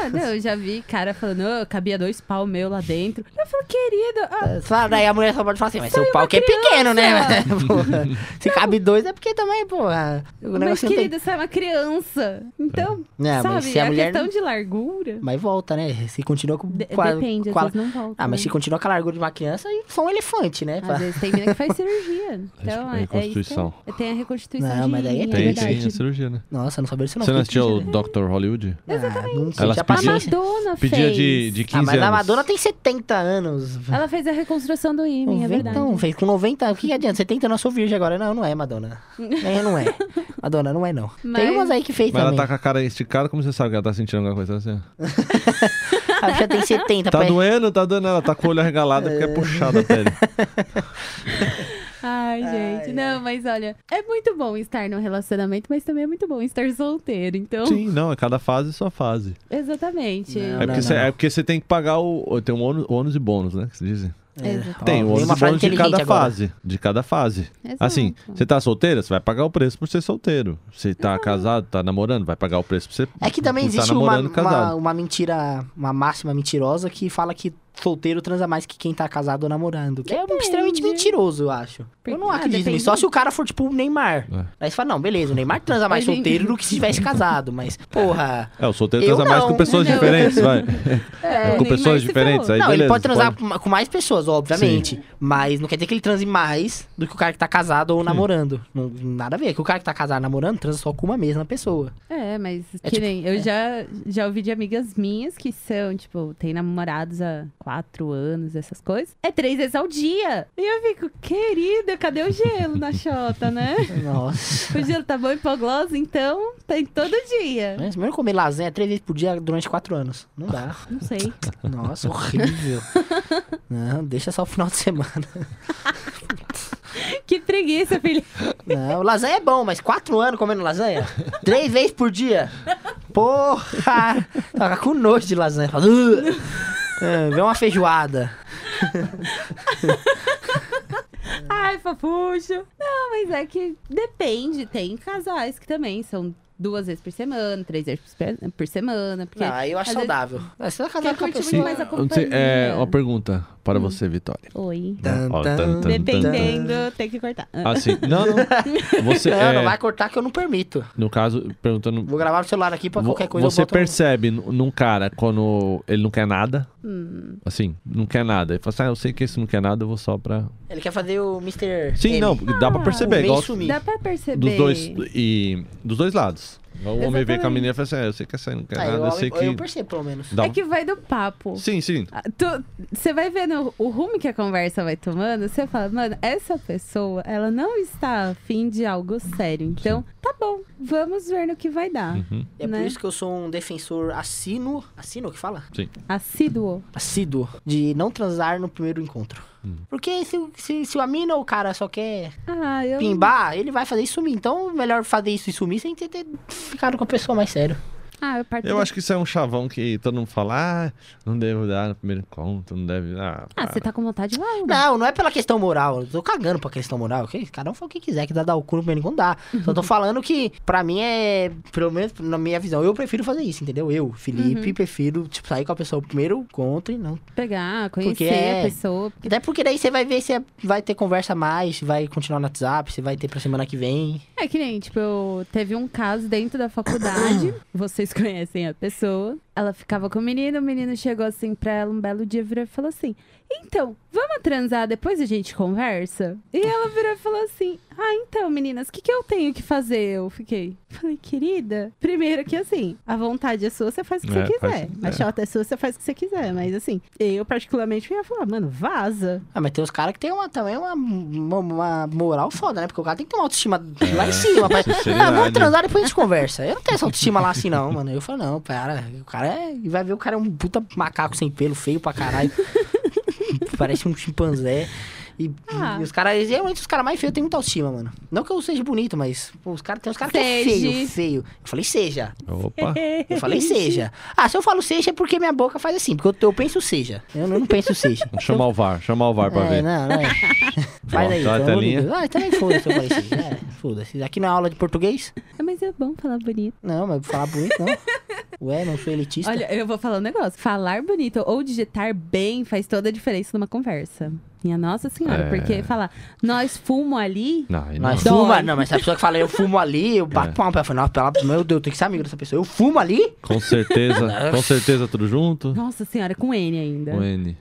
B: Ah, não, eu já vi cara falando, "Ô, cabia dois pau meu lá dentro. Eu falo, querido, ah,
A: É, Só daí a mulher só pode falar assim, mas seu pau que é pequeno, né? Porra, Se cabe dois é porque também, porra. O
B: mas
A: negócio não tem.
B: querido, você é uma criança. Então,
A: Não,
B: sabe,
A: mas se a
B: a
A: mulher.
B: questão de largura.
A: Mas volta, né? Se continua com.
B: de-
A: com a-
B: depende,
A: com a-
B: às vezes não volta.
A: Ah, mas
B: né?
A: se continua com a largura de uma criança, aí só um elefante, né?
B: Às vezes tem mina que faz cirurgia. Então,
C: A
B: é, é isso.
C: reconstituição.
B: que- Tem a reconstituição
A: Não,
B: de
A: mas daí é
B: rim,
A: triste,
C: Tem,
B: verdade.
C: tem a cirurgia, né?
A: Nossa, não sabia disso não.
C: Você não
A: Fiquei
C: assistiu o
A: triste, né?
C: Dr. Hollywood?
A: Ah, não sei,
C: Elas
A: já
B: A
A: passou.
C: pediam-
B: Madonna
C: Pedia
B: fez.
C: de, de 15
A: Ah, mas
C: anos.
A: a Madonna tem 70 anos.
B: Ela fez a reconstrução do ímã, é verdade.
A: Então, fez com 90. O que que adianta? 70 anos eu sou virgem agora. Não, não é, Madonna. É, não é. Madonna, não é, não.
B: Mas-
A: Tem umas aí que fez
C: Mas ela
A: também.
C: tá com a cara esticada, como você sabe que ela tá sentindo alguma coisa assim?
A: A bicha tem 70.
C: Tá
A: pé.
C: doendo, tá doendo. Ela tá com o olho arregalado porque é puxada a pele.
B: Ai, gente.
A: Ai,
B: não, mas olha, é muito bom estar num relacionamento, mas também é muito bom estar solteiro. Então,
C: Sim, não, é cada fase sua fase.
B: exatamente.
A: Não,
C: É
A: não,
C: porque, você,
A: não.
C: é porque você tem que pagar o. Tem um ônus, ônus e bônus, né? Que se dizem.
A: é.
B: Exatamente.
C: Tem,
A: Ó, veio
C: o ônus
A: uma
C: e
A: frase
C: bônus de
A: inteligente
C: cada
A: agora.
C: fase. De cada fase.
B: Exato.
C: Assim, você tá solteira, você vai pagar o preço por ser solteiro. Você tá casado, tá namorando, vai pagar o preço por ser.
A: Uhum. É que também
C: por tá
A: existe uma,
C: namorando,
A: uma,
C: casado.
A: uma mentira, uma máxima mentirosa que fala que solteiro transa mais que quem tá casado ou namorando. Que é extremamente mentiroso, eu acho. Eu não
B: Ah,
A: acredito
B: depende.
A: nisso. Só se o cara for tipo o Neymar.
C: É.
A: Aí você fala, não, beleza, o Neymar transa mais
B: Mas, gente-
A: solteiro do que se tivesse casado. Mas, porra.
C: É, o solteiro
A: Eu
C: transa mais
A: não.
C: com pessoas
B: Não.
C: diferentes, vai. É,
B: É,
C: com
B: nem mais
C: pessoas
B: se
C: diferentes.
B: falou.
C: Aí,
A: não,
C: beleza,
A: ele pode
C: você
A: transar com- com mais pessoas, obviamente. Mas não quer dizer que ele transe mais do que o cara que tá casado ou namorando. Não- nada a ver. Que o cara que tá casado namorando transa só com uma mesma pessoa.
B: É, mas que
A: É tipo-
B: nem. Eu já, já ouvi de amigas minhas que são, tipo, tem namorados há quatro anos, essas coisas. É três vezes ao dia. E eu fico, querida, cadê o gelo na xota, né?
A: Nossa.
B: O gelo tá bom e poglosa, então tem todo dia.
A: Mas mesmo comer lasanha três vezes por dia durante quatro anos. Não dá.
B: Não sei.
A: Nossa, horrível. Não, deixa só o final de semana.
B: Que preguiça, filho.
A: Não, lasanha é bom, mas quatro anos comendo lasanha? Três vezes por dia? Porra! Tava com nojo de lasanha. Fala, "Ugh". É, Vê uma feijoada.
B: Ai, Ai, fofucho. Não, mas é que depende. Tem casais que também são duas vezes por semana, três vezes por- por semana. Porque
A: Não, aí Ah, eu acho
B: às vezes-
A: saudável. Aí Você vai casar
B: Quer
A: com a Hum.
B: curtir muito
A: pessoa.
B: mais a-
C: Não sei, é
B: companhia.
C: uma pergunta para você, Vitória.
B: Oi.
A: Tan,
C: Ó,
A: tan,
C: tan, tan, tan.
B: Dependendo, tem que cortar. Ah.
C: Assim, não, não. Você,
A: Ah. Não,
C: é,
A: não vai cortar que eu não permito.
C: no caso, perguntando.
A: Vou gravar no celular aqui pra
C: vo-
A: qualquer coisa eu
C: você
A: boto um no-
C: percebe nu- num cara quando ele não quer nada?
B: Hum.
C: Assim, não quer nada. Ele fala assim, ah, eu sei que esse não quer nada, eu vou só pra.
A: Ele quer fazer o Mr.
C: Sim,
A: M.
C: não, dá pra
B: Ah,
C: perceber.
A: o
C: Igual
A: bem um sumido.
B: Dá pra perceber.
C: dos dois, e, dos dois lados. O homem vem com a
B: Exatamente.
C: menina e fala assim, ah, eu sei que essa aí não quer
A: Ah, eu,
C: nada, eu, sei
A: eu
C: que.
A: percebo, pelo menos.
C: dá
B: É
C: um-
B: que vai do papo.
C: Sim, sim.
B: Ah, tu- Você vai vendo o rumo que a conversa vai tomando, você fala, mano, essa pessoa, ela não está afim de algo sério. Então, tá bom, vamos ver no que vai dar.
C: Uhum.
A: É por
B: Né?
A: isso que eu sou um defensor assínuo. Assínuo que fala?
B: Assíduo.
A: Assíduo. De não transar no primeiro encontro.
C: Hum.
A: Porque se, o- se, se a mina ou o cara só quer
B: Ah, eu.
A: pimbar, ele vai fazer isso sumir. Então, melhor fazer isso e sumir sem ter, ter ficado com a pessoa mais sério.
B: Ah, eu parto.
C: Eu
B: do-
C: acho que isso é um chavão que todo mundo fala, ah, não devo dar no primeiro encontro, não deve dar.
B: Ah, você tá com vontade de
A: Não, não é pela questão moral. Eu tô cagando pra questão moral. ok? Cada um fala o que quiser, que dá dar o cu no primeiro encontro dá. Só tô falando que, pra mim, é. Pelo menos na minha visão, eu prefiro fazer isso, entendeu? Eu, Felipe, prefiro tipo, sair com a pessoa no primeiro encontro e não.
B: pegar, conhecer
A: é-
B: a pessoa. porque-
A: Até porque daí você vai ver se é- vai ter conversa mais, se vai continuar no WhatsApp, se vai ter pra semana que vem.
B: É que nem, tipo, eu teve um caso dentro da faculdade, vocês conhecem a pessoa. Ela ficava com o menino, o menino chegou assim pra ela um belo dia, virou e falou assim: Então, vamos transar, depois a gente conversa? E ela virou e falou assim: Ah, então, meninas, o que, que eu tenho que fazer? Eu fiquei. Falei, querida, primeiro que assim, a vontade é sua, você faz o que
C: É,
B: você
C: faz-
B: quiser.
C: é.
B: A chota é sua, você faz o que você quiser. Mas assim, eu particularmente ia falar, mano, vaza.
A: Ah, mas tem uns caras que tem uma, também uma, uma, uma moral foda, né? Porque o cara tem que ter uma autoestima lá em cima, pai. Ah,
C: Sinceridade.
A: vamos transar depois a gente conversa. Eu não tenho essa autoestima lá assim, não, mano. Eu falo, não, para. O cara é. e Vai ver o cara é um puta macaco sem pelo, feio pra caralho. Parece um chimpanzé. E,
B: Ah.
A: e os caras, geralmente os caras mais feios têm muita autoestima, mano. Não que eu seja bonito, mas pô, os caras tem uns caras que é
B: Seja.
A: feio, feio. Eu falei, seja.
C: Opa.
A: Eu falei, seja. Ah, se eu falo seja é porque minha boca faz assim, porque eu, eu penso seja. Eu não, não penso seja.
C: Vamos chamar o VAR, chamar o VAR Um pra
A: é,
C: ver.
A: Não, não é. Faz
C: Bom,
A: aí,
C: então
A: pelo amor
C: a
A: de
C: telinha.
A: Deus. Ah, também foda-se, eu falei seja. É, foda-se. Aqui não é aula de português?
B: Ah, Mas é bom falar bonito.
A: Não, mas falar bonito não. Ué, não sou elitista.
B: Olha, eu vou falar um negócio. Falar bonito ou digitar bem faz toda a diferença numa conversa. Minha Nossa Senhora,
C: É.
B: porque falar, nós fumo ali.
C: Não, aí não.
A: Nós
B: Dói.
A: fuma, não, mas essa pessoa que fala, eu fumo ali, eu bato
C: É.
A: palma pra ela, falo, "Nossa, pela- meu Deus, tem que ser amigo dessa pessoa. Eu fumo ali?
C: Com certeza, com certeza tudo junto.
B: Nossa Senhora, com N
A: Né?
B: ainda.
C: O N.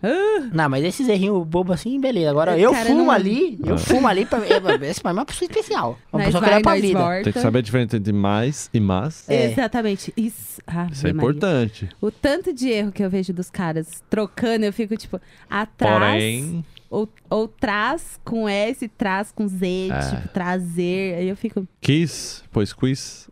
A: Não, mas esses errinhos bobos assim, beleza. Agora,
B: Esse
A: eu
B: cara
A: fumo
B: não-
A: ali, eu
C: É.
A: fumo ali, pra, é, esse pra mim é uma pessoa especial. Uma
B: Nós
A: pessoa que
B: vai,
A: olha pra
B: nós
A: vida.
B: volta.
C: Tem que saber a diferença entre mais e mas.
A: É.
B: Exatamente. Isso, Ah,
C: Isso é
B: Maria.
C: importante.
B: O tanto de erro que eu vejo dos caras trocando, eu fico tipo, atrás.
C: Porém,
B: Ou, ou trás com S, trás com Z,
C: É.
B: tipo, trazer. Aí eu fico,
C: quis, pois quis.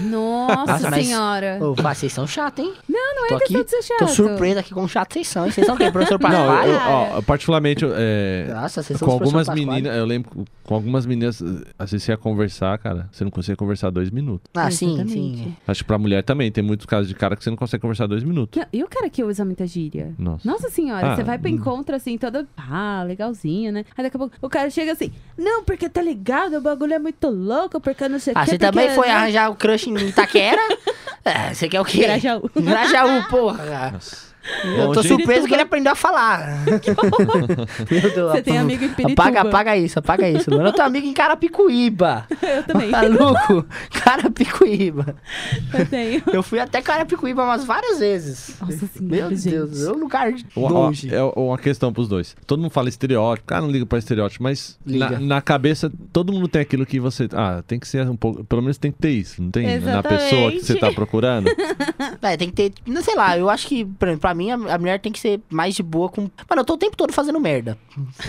B: nossa
A: Nossa, mas-
B: senhora.
A: Ô, pá, vocês são chatos, hein? Não, não tô
B: Por é que
A: aqui,
B: tanto ser chato?
A: Tô surpreso aqui com chato vocês são, hein? Vocês são quem? Professor
C: Não,
A: Pascoal?
C: eu, ó, particularmente, eu, é,
A: Nossa, vocês são
C: com
A: os professor
C: algumas
A: Pasquale.
C: meninas, eu lembro, com algumas meninas, às vezes você ia conversar, cara, você não conseguia conversar dois minutos.
A: Ah, sim,
B: Exatamente.
A: sim.
C: Acho que pra mulher também, tem muitos casos de cara que você não consegue conversar dois minutos.
B: Não, E o cara que usa muita gíria?
C: Nossa.
B: Nossa senhora,
C: Ah,
B: você vai pro
C: hum.
B: encontro assim, toda. Ah, legalzinho, né? Aí daqui a pouco o cara chega assim, não, porque tá ligado, o bagulho é muito louco, porque não sei o
A: Ah,
B: que.
A: você também foi arranjar o crush em Itaquera? É, você quer o quê?
B: Grajaú.
A: Grajaú, porra.
C: Nossa.
A: Eu tô
C: Longe.
A: surpreso que ele aprendeu a falar. Meu Deus,
B: Você tem
A: apa-
B: amigo em Pirituba.
A: Apaga, apaga isso, apaga isso. Mano, eu tenho amigo em Carapicuíba.
B: Eu também,
A: Maluco, Carapicuíba.
B: eu tenho.
A: Eu fui até Carapicuíba umas várias vezes.
B: Nossa senhora,
A: Meu
B: gente.
A: Deus, é um lugar
C: Uma- ó,
A: longe.
C: é uma questão pros dois. Todo mundo fala estereótipo, cara, não liga pra estereótipo, mas
A: Liga.
C: na, na cabeça todo mundo tem aquilo que você. Ah, tem que ser um pouco. Pelo menos tem que ter isso, não tem? Na pessoa que você tá
B: Exatamente.
C: procurando.
A: É, tem que ter. Não sei lá, eu acho que, por exemplo, pra mim, a, a mulher tem que ser mais de boa com. Mano, eu tô o tempo todo fazendo merda.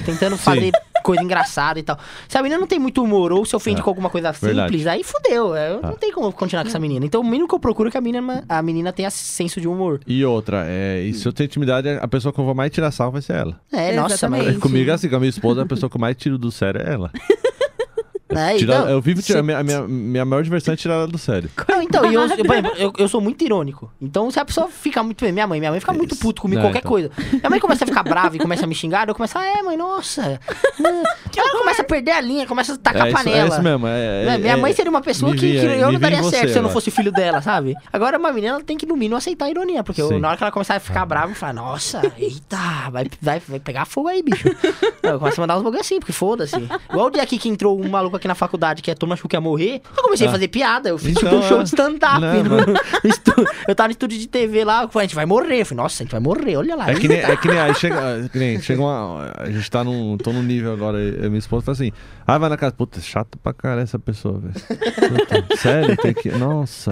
A: Tentando fazer coisa engraçada e tal. Se a menina não tem muito humor ou se ofende
C: É,
A: com alguma coisa
C: verdade.
A: simples, aí fudeu. é, Eu
C: Ah.
A: não tenho como continuar com essa menina. Então, o mínimo que eu procuro é que a menina, a menina tenha senso de humor.
C: E outra, é, e se eu tenho intimidade, a pessoa que eu vou mais tirar sal vai ser ela.
A: É, nossa, mas.
B: Exatamente.
C: Comigo é assim, com a minha esposa, a pessoa que eu mais tiro do sério é ela.
A: É,
C: Tirar-
A: então,
C: eu vivo
A: cê-
C: tirar- minha, minha, minha maior diversão é tirar ela do sério.
A: Não, então, e eu, eu, por exemplo, eu, eu sou muito irônico. Então, se a pessoa fica muito. Minha mãe, minha mãe fica muito puto comigo,
C: É,
A: qualquer
C: então.
A: coisa. Minha mãe começa a ficar brava e começa a me xingar, eu começo, ah, é, mãe, nossa. hum." Ela começa a perder a linha, começa a tacar
C: é,
A: a
C: isso, é
A: panela.
C: isso mesmo. é-
A: Né?
C: é-
A: Minha
C: é-
A: mãe seria uma pessoa
C: me
A: que,
C: vi-
A: que
C: me
A: eu
C: vi
A: não
C: em
A: daria
C: você
A: certo se eu não
C: agora.
A: fosse filho dela, sabe? Agora, uma menina, ela tem que, no mínimo, aceitar a ironia. Porque eu-
C: Sim. Ah.
A: na hora que ela começar a ficar brava, eu falo, nossa, eita, vai, vai, vai pegar fogo aí, bicho. Eu começo a mandar uns bagulho assim, porque foda-se. Igual o dia aqui que entrou um maluco aqui na faculdade que a turma achou que ia morrer, eu comecei a
C: Ah.
A: fazer piada. Eu fiz
C: Então,
A: tipo, um show
C: é.
A: de stand-up.
C: Não,
A: no-
C: mano.
A: no estu- Eu tava no estúdio de TV lá, eu falei, a gente vai morrer. Eu falei, nossa, a gente vai morrer, olha lá.
C: É que nem, é que nem
A: tá.
C: aí chega, é que nem, chega uma, a gente tá num, tô num nível agora, eu, minha esposa fala assim, ah, vai na casa, puta, chato pra caralho essa pessoa, velho. Puta, Sério, tem que, nossa.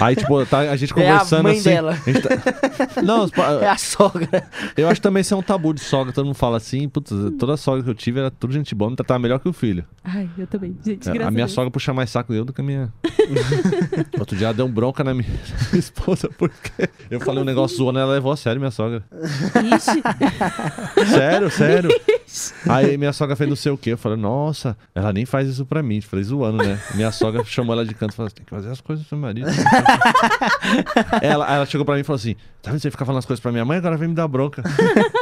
C: Aí, tipo, tá a gente
A: É a
C: conversando
A: mãe
C: assim.
A: dela.
C: a gente tá- Não, os pa-
A: É a sogra.
C: eu acho também isso é um tabu de sogra, todo mundo fala assim, putz, toda sogra que eu tive era tudo gente boa, me tratava melhor que o filho.
B: Ai, eu também. Gente,
C: É,
B: graças
C: a minha
B: Deus.
C: sogra puxa mais saco eu do que a minha. Outro dia ela deu um bronca na minha esposa, porque eu falei um negócio zoando, ela levou a sério minha sogra.
B: Ixi,
C: Sério, sério. Aí minha sogra fez não sei o quê. Eu falei, nossa, ela nem faz isso pra mim. Eu falei, zoando, né? Minha sogra chamou ela de canto e falou assim, tem que fazer as coisas pro seu marido. ela, ela chegou pra mim e falou assim, tá vendo você ficar falando as coisas pra minha mãe, agora vem me dar bronca.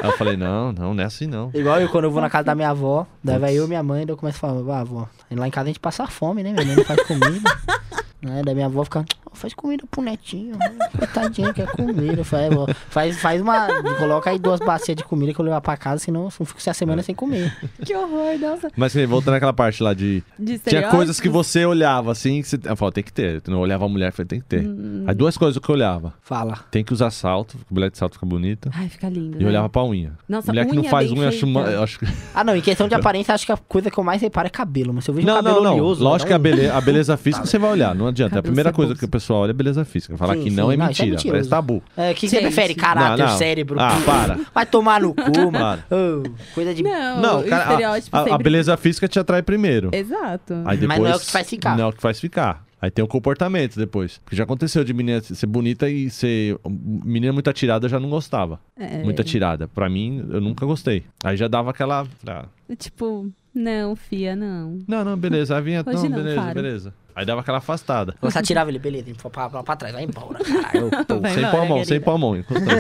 C: Aí eu falei, não, não, não é assim não.
A: Igual eu, quando eu vou na casa da minha avó, daí vai
C: Putz.
A: eu e minha mãe, daí eu começo a falar, ah, avó, lá em casa a gente passa fome, né? Minha mãe não faz comida. né? Daí minha avó fica, "Ó, faz comida pro netinho, né? coitadinho, quer comida. Eu falei, "É, vó, faz, faz uma, coloca aí duas bacias de comida que eu levar pra casa, senão eu fico essa semana sem comer.
B: que horror, nossa.
C: Mas assim, voltando àquela parte lá de...
B: De
C: Tinha
B: estereótipo?
C: coisas que você olhava assim, que você... Eu falava, tem que ter. Eu não olhava a mulher, eu falei, tem que ter.
B: Hum.
C: Aí duas coisas que eu olhava.
A: Fala.
C: Tem que usar salto, mulher de salto fica bonita.
B: Ai, fica lindo.
C: E eu
B: né?
C: olhava pra unha.
B: Nossa,
C: mulher que não
B: unha
C: faz
B: bem
C: unha, eu acho, uma-
B: feita.
C: eu acho que...
A: Ah, não, em questão de aparência, acho que a coisa que eu mais reparo é cabelo, mas se eu vejo um
C: Não,
A: cabelo
C: não, não.
A: oleoso...
C: Lógico que
A: dá
C: é a
A: um-
C: beleza, a beleza física você vai olhar, não adianta. a
B: Cabelo
C: primeira
B: sem
C: coisa
B: bolsa.
C: que o pessoal olha é beleza física. Falar
A: Sim,
C: que não
A: sim,
C: é
A: não, isso é
C: mentira,
A: mentiroso.
C: parece tabu.
A: É, o que você
B: Gente.
A: prefere? Caráter,
C: Não, não.
A: cérebro?
C: Ah, para.
A: Vai tomar no cu, mano.
C: Para.
A: Ô, coisa de...
B: Não, o
C: cara, a-
B: estereótipo
C: a, a
B: sempre...
C: beleza física te atrai primeiro.
B: Exato.
C: Aí
A: É. Mas
C: depois,
A: não é o que te faz ficar.
C: Não é o que faz ficar. Aí tem o comportamento depois. Porque já aconteceu de menina ser bonita e ser. Menina muito atirada eu já não gostava.
B: É,
C: Muito atirada. Pra mim, eu nunca gostei. Aí já dava aquela. ah,
B: Tipo, não, fia, não.
C: Não, não, beleza. Aí vinha.
B: Hoje
C: Não,
B: não,
C: beleza,
B: para.
C: beleza. Aí dava aquela afastada.
A: Você atirava ele, beleza, ele foi pra, pra, pra trás, vai embora, caralho. Pô,
B: Vai
C: sem
B: embora,
C: palmão, sem
B: querida.
C: palmão. encostando.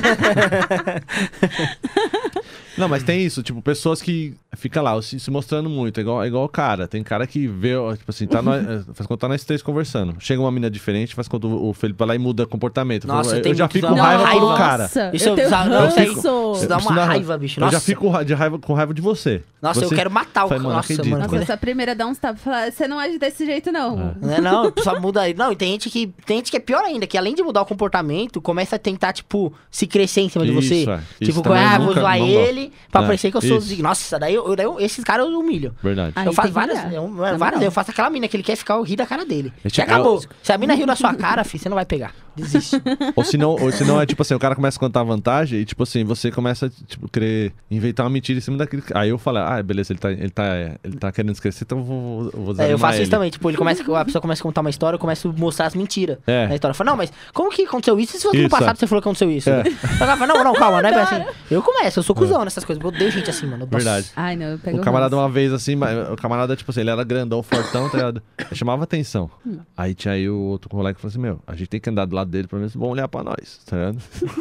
C: Não, mas tem isso, tipo, pessoas que fica lá se, se mostrando muito, é igual, é igual o cara. Tem cara que vê, ó, tipo assim, tá nós- eh, faz conta nós três conversando. Chega uma mina diferente, faz conta o o Felipe vai lá e muda comportamento.
A: Nossa,
C: eu,
A: tem
C: eu já
A: muito
C: fico com
A: isso.
C: raiva
A: Não,
C: por um
A: raiva.
C: cara.
B: Nossa,
A: Isso
B: eu
A: eu
B: tenho
A: precisava- não, isso aí-
B: ranço.
A: Isso dá
C: Eu preciso
A: uma
C: dar
A: raiva, bicho.
C: Eu
A: Nossa,
C: já fico ra- de raiva, com raiva de você.
A: nossa eu
C: Você-
A: quero matar o
C: Falei,
A: cara.
C: mano, não
A: Nossa,
C: acredito.
A: mano.
B: Nossa, essa primeira dá uns tapas e fala, "Ah, você não age desse jeito, não.
C: É.
A: Não, é não, só muda aí. Não, e tem gente que. Tem gente que é pior ainda, que além de mudar o comportamento, começa a tentar, tipo, se crescer em cima de
C: Isso,
A: você.
C: é. Isso
A: Tipo,
C: também
A: ah,
C: eu
A: vou
C: nunca-
A: zoar
C: não gosto.
A: ele pra
C: É,
A: parecer que eu sou
C: isso.
A: zigue. Nossa, daí, eu, daí eu- esses caras eu humilho.
C: Verdade.
B: Aí
A: eu faço
B: tem que
A: várias,
B: olhar.
A: eu,
B: Na
A: várias,
B: moral.
A: eu faço aquela mina que ele quer ficar, eu ri da cara dele.
C: Esse
A: E
C: cara-
A: acabou. Se a mina riu na sua cara, filho, você não vai pegar. Desiste.
C: Ou se não, ou se não é tipo assim, o cara começa a contar vantagem e tipo assim, você começa tipo querer inventar uma mentira em cima daquele. ca- Aí eu falo, ah, beleza, ele tá ele tá ele tá querendo esquecer, então eu vou vou- vou
A: É, eu
C: desanimar
A: faço
C: ele.
A: isso também. Tipo, ele começa, a pessoa começa a contar uma história, eu começo a mostrar as mentiras
C: É.
A: na história. Fala, não, mas como que aconteceu isso? E se no
C: Isso,
A: passado
C: é.
A: você falou que aconteceu isso?
C: É.
A: Aí o cara fala, não, não, calma, não é bem assim. Eu começo, eu sou cuzão nessas coisas. Eu odeio gente assim, mano. Nossa.
C: Verdade.
B: Ai, não, eu pego um
C: O camarada
B: ranço.
C: uma vez assim, mas o camarada tipo assim, ele era grandão, fortão, tá ligado? Chamava atenção.
A: Hum.
C: Aí tinha aí o outro colega que falou assim: "Meu, a gente tem que andar do lado dele, pelo menos vão olhar pra nós", tá ligado?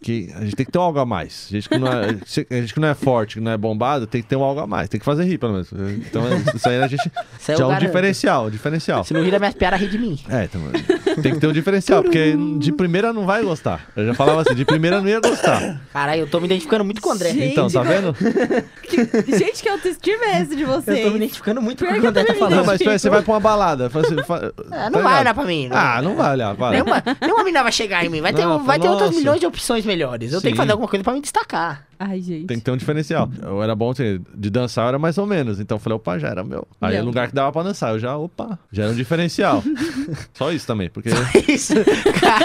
C: Que a gente tem que ter um algo a mais. A gente, que não é, a gente que não é forte, que não é bombado, tem que ter um algo a mais. Tem que fazer rir, pelo menos. Então, isso aí a gente.
A: Isso aí
C: já
A: eu
C: é um
A: garanto.
C: diferencial, um diferencial.
A: Se não rir da minha piada, ri de mim.
C: É, então, tem que ter um diferencial, porque de primeira não vai gostar. Eu já falava assim, de primeira não ia gostar.
A: Caralho, eu tô me identificando muito com o André.
B: Gente,
C: Então, tá vendo?
B: Que- Gente, que autoestima é essa de
A: Eu
B: vocês?
A: tô me identificando muito com o
B: Pior
A: que o
B: que eu
A: André tá
B: também
A: falando.
C: Ah, Não, mas peraí, você vai pra uma balada. faz- fa-
A: Ah,
C: tá
A: não
C: ligado?
A: vai olhar pra mim. não.
C: Ah, não vai olhar, para.
A: Nenhuma, nenhuma mina vai chegar em mim. Vai ter, um,
C: Não,
A: vai ter outras
C: nossa.
A: milhões de opções melhores. Eu tenho que
C: Sim.
A: fazer alguma coisa pra me destacar.
B: Ai, gente.
C: Tem que ter um diferencial. Eu era bom assim, de dançar, eu era mais ou menos. Então eu falei, opa, já era meu. Aí
B: Não.
C: o lugar que dava pra dançar, eu já, opa, já era um diferencial. Só isso também, porque.
A: Isso.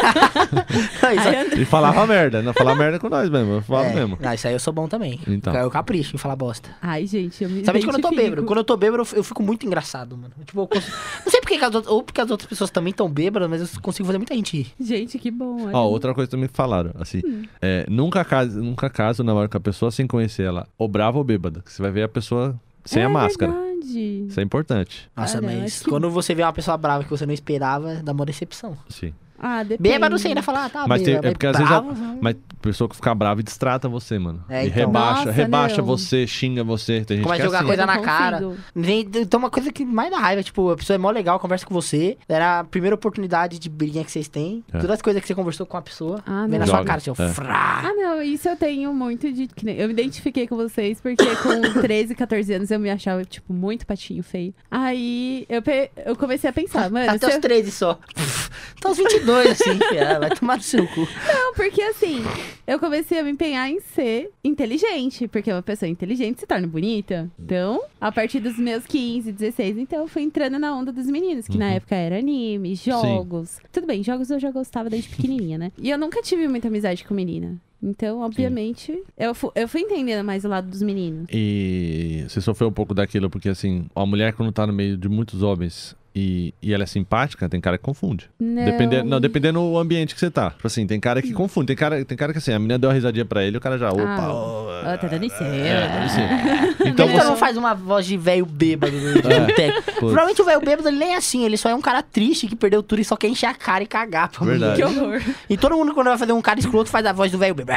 A: Cara. Isso.
B: Ai, André,
C: E falava merda, não falar merda com nós mesmo, eu falava
A: É.
C: mesmo.
A: Não, isso aí eu sou bom também.
C: Então.
A: Eu capricho em falar bosta.
B: Ai, gente, eu me
A: Sabe de quando eu tô
B: identifico.
A: bêbado? Quando eu tô bêbado, eu f- eu fico muito engraçado, mano. Tipo, eu consigo... Não sei porque que as outras... Ou porque as outras pessoas também estão bêbadas, mas eu consigo fazer muita gente rir.
B: Gente, que bom. olha.
C: Ó, outra coisa também que falaram, assim,
A: Hum.
C: é, nunca caso, nunca caso namoro com a pessoa sem conhecer ela, ou brava ou bêbada, que você vai ver a pessoa sem
B: É
C: a máscara.
B: verdade. Entendi.
C: Isso é importante.
A: Nossa,
B: Olha,
A: mas
B: acho que-
A: quando você vê uma pessoa brava que você não esperava, dá uma decepção.
C: Sim.
B: Ah, depende.
A: Bêbado você ainda fala, ah, tá,
C: Mas tem-
A: bêbado,
C: é porque às vezes a-
A: bravo, né?
C: Mas a pessoa que fica brava e destrata você, mano.
A: É,
C: e
A: então.
C: rebaixa,
B: Nossa,
C: rebaixa
B: meu.
C: você, xinga você. Tem gente
A: Começa
C: que é
A: a jogar
C: assim.
A: coisa
B: Eu não
A: na cara.
B: consigo.
A: Vem, então uma coisa que mais dá raiva, tipo, a pessoa é mó legal, conversa com você, era a primeira oportunidade de briguinha que vocês têm,
C: É.
A: todas as coisas que você conversou com a pessoa,
B: Ah,
A: vem
B: não.
A: na sua
C: Joga,
A: cara, seu
C: é.
A: frá.
B: Ah, não, isso eu tenho muito de. que nem- Eu me identifiquei com vocês porque com 13, 14 anos eu me achava, tipo, muito patinho feio. Aí eu, pe- eu comecei a pensar, mano, se
A: Tá Até os
B: eu...
A: 13 só. Até os 22, assim, é, vai tomar no seu cu.
B: não, porque assim, eu comecei a me empenhar em ser inteligente, porque uma pessoa inteligente se torna bonita. Então, a partir dos meus 15, 16, então eu fui entrando na onda dos meninos, que na
C: Uhum.
B: época era anime, jogos. Tudo bem, jogos eu já gostava desde pequenininha, né? E eu nunca tive muita amizade com menina. Então, obviamente, eu, fu- eu fui entendendo mais o lado dos meninos.
C: E você sofreu um pouco daquilo, porque assim, a mulher quando tá no meio de muitos homens e, e ela é simpática, tem cara que confunde.
B: Não.
C: Dependendo, não, dependendo do ambiente que você tá. Tipo assim, tem cara que confunde. Tem cara, tem cara que assim, a menina deu uma risadinha pra ele, o cara já, opa,
B: Ah,
C: ó,
B: ó, tá dando em cima.
C: É, tá dando em cima. Então
A: Então
B: Não.
A: ele
C: você. É.
A: não faz uma voz de velho bêbado né, no boteco.
C: Putz.
A: Provavelmente o velho bêbado ele nem é assim, ele só é um cara triste que perdeu tudo e só quer encher a cara e cagar pra mulher.
C: Verdade.
B: Que horror.
A: E todo mundo, quando vai fazer um cara escroto, faz a voz do velho bêbado.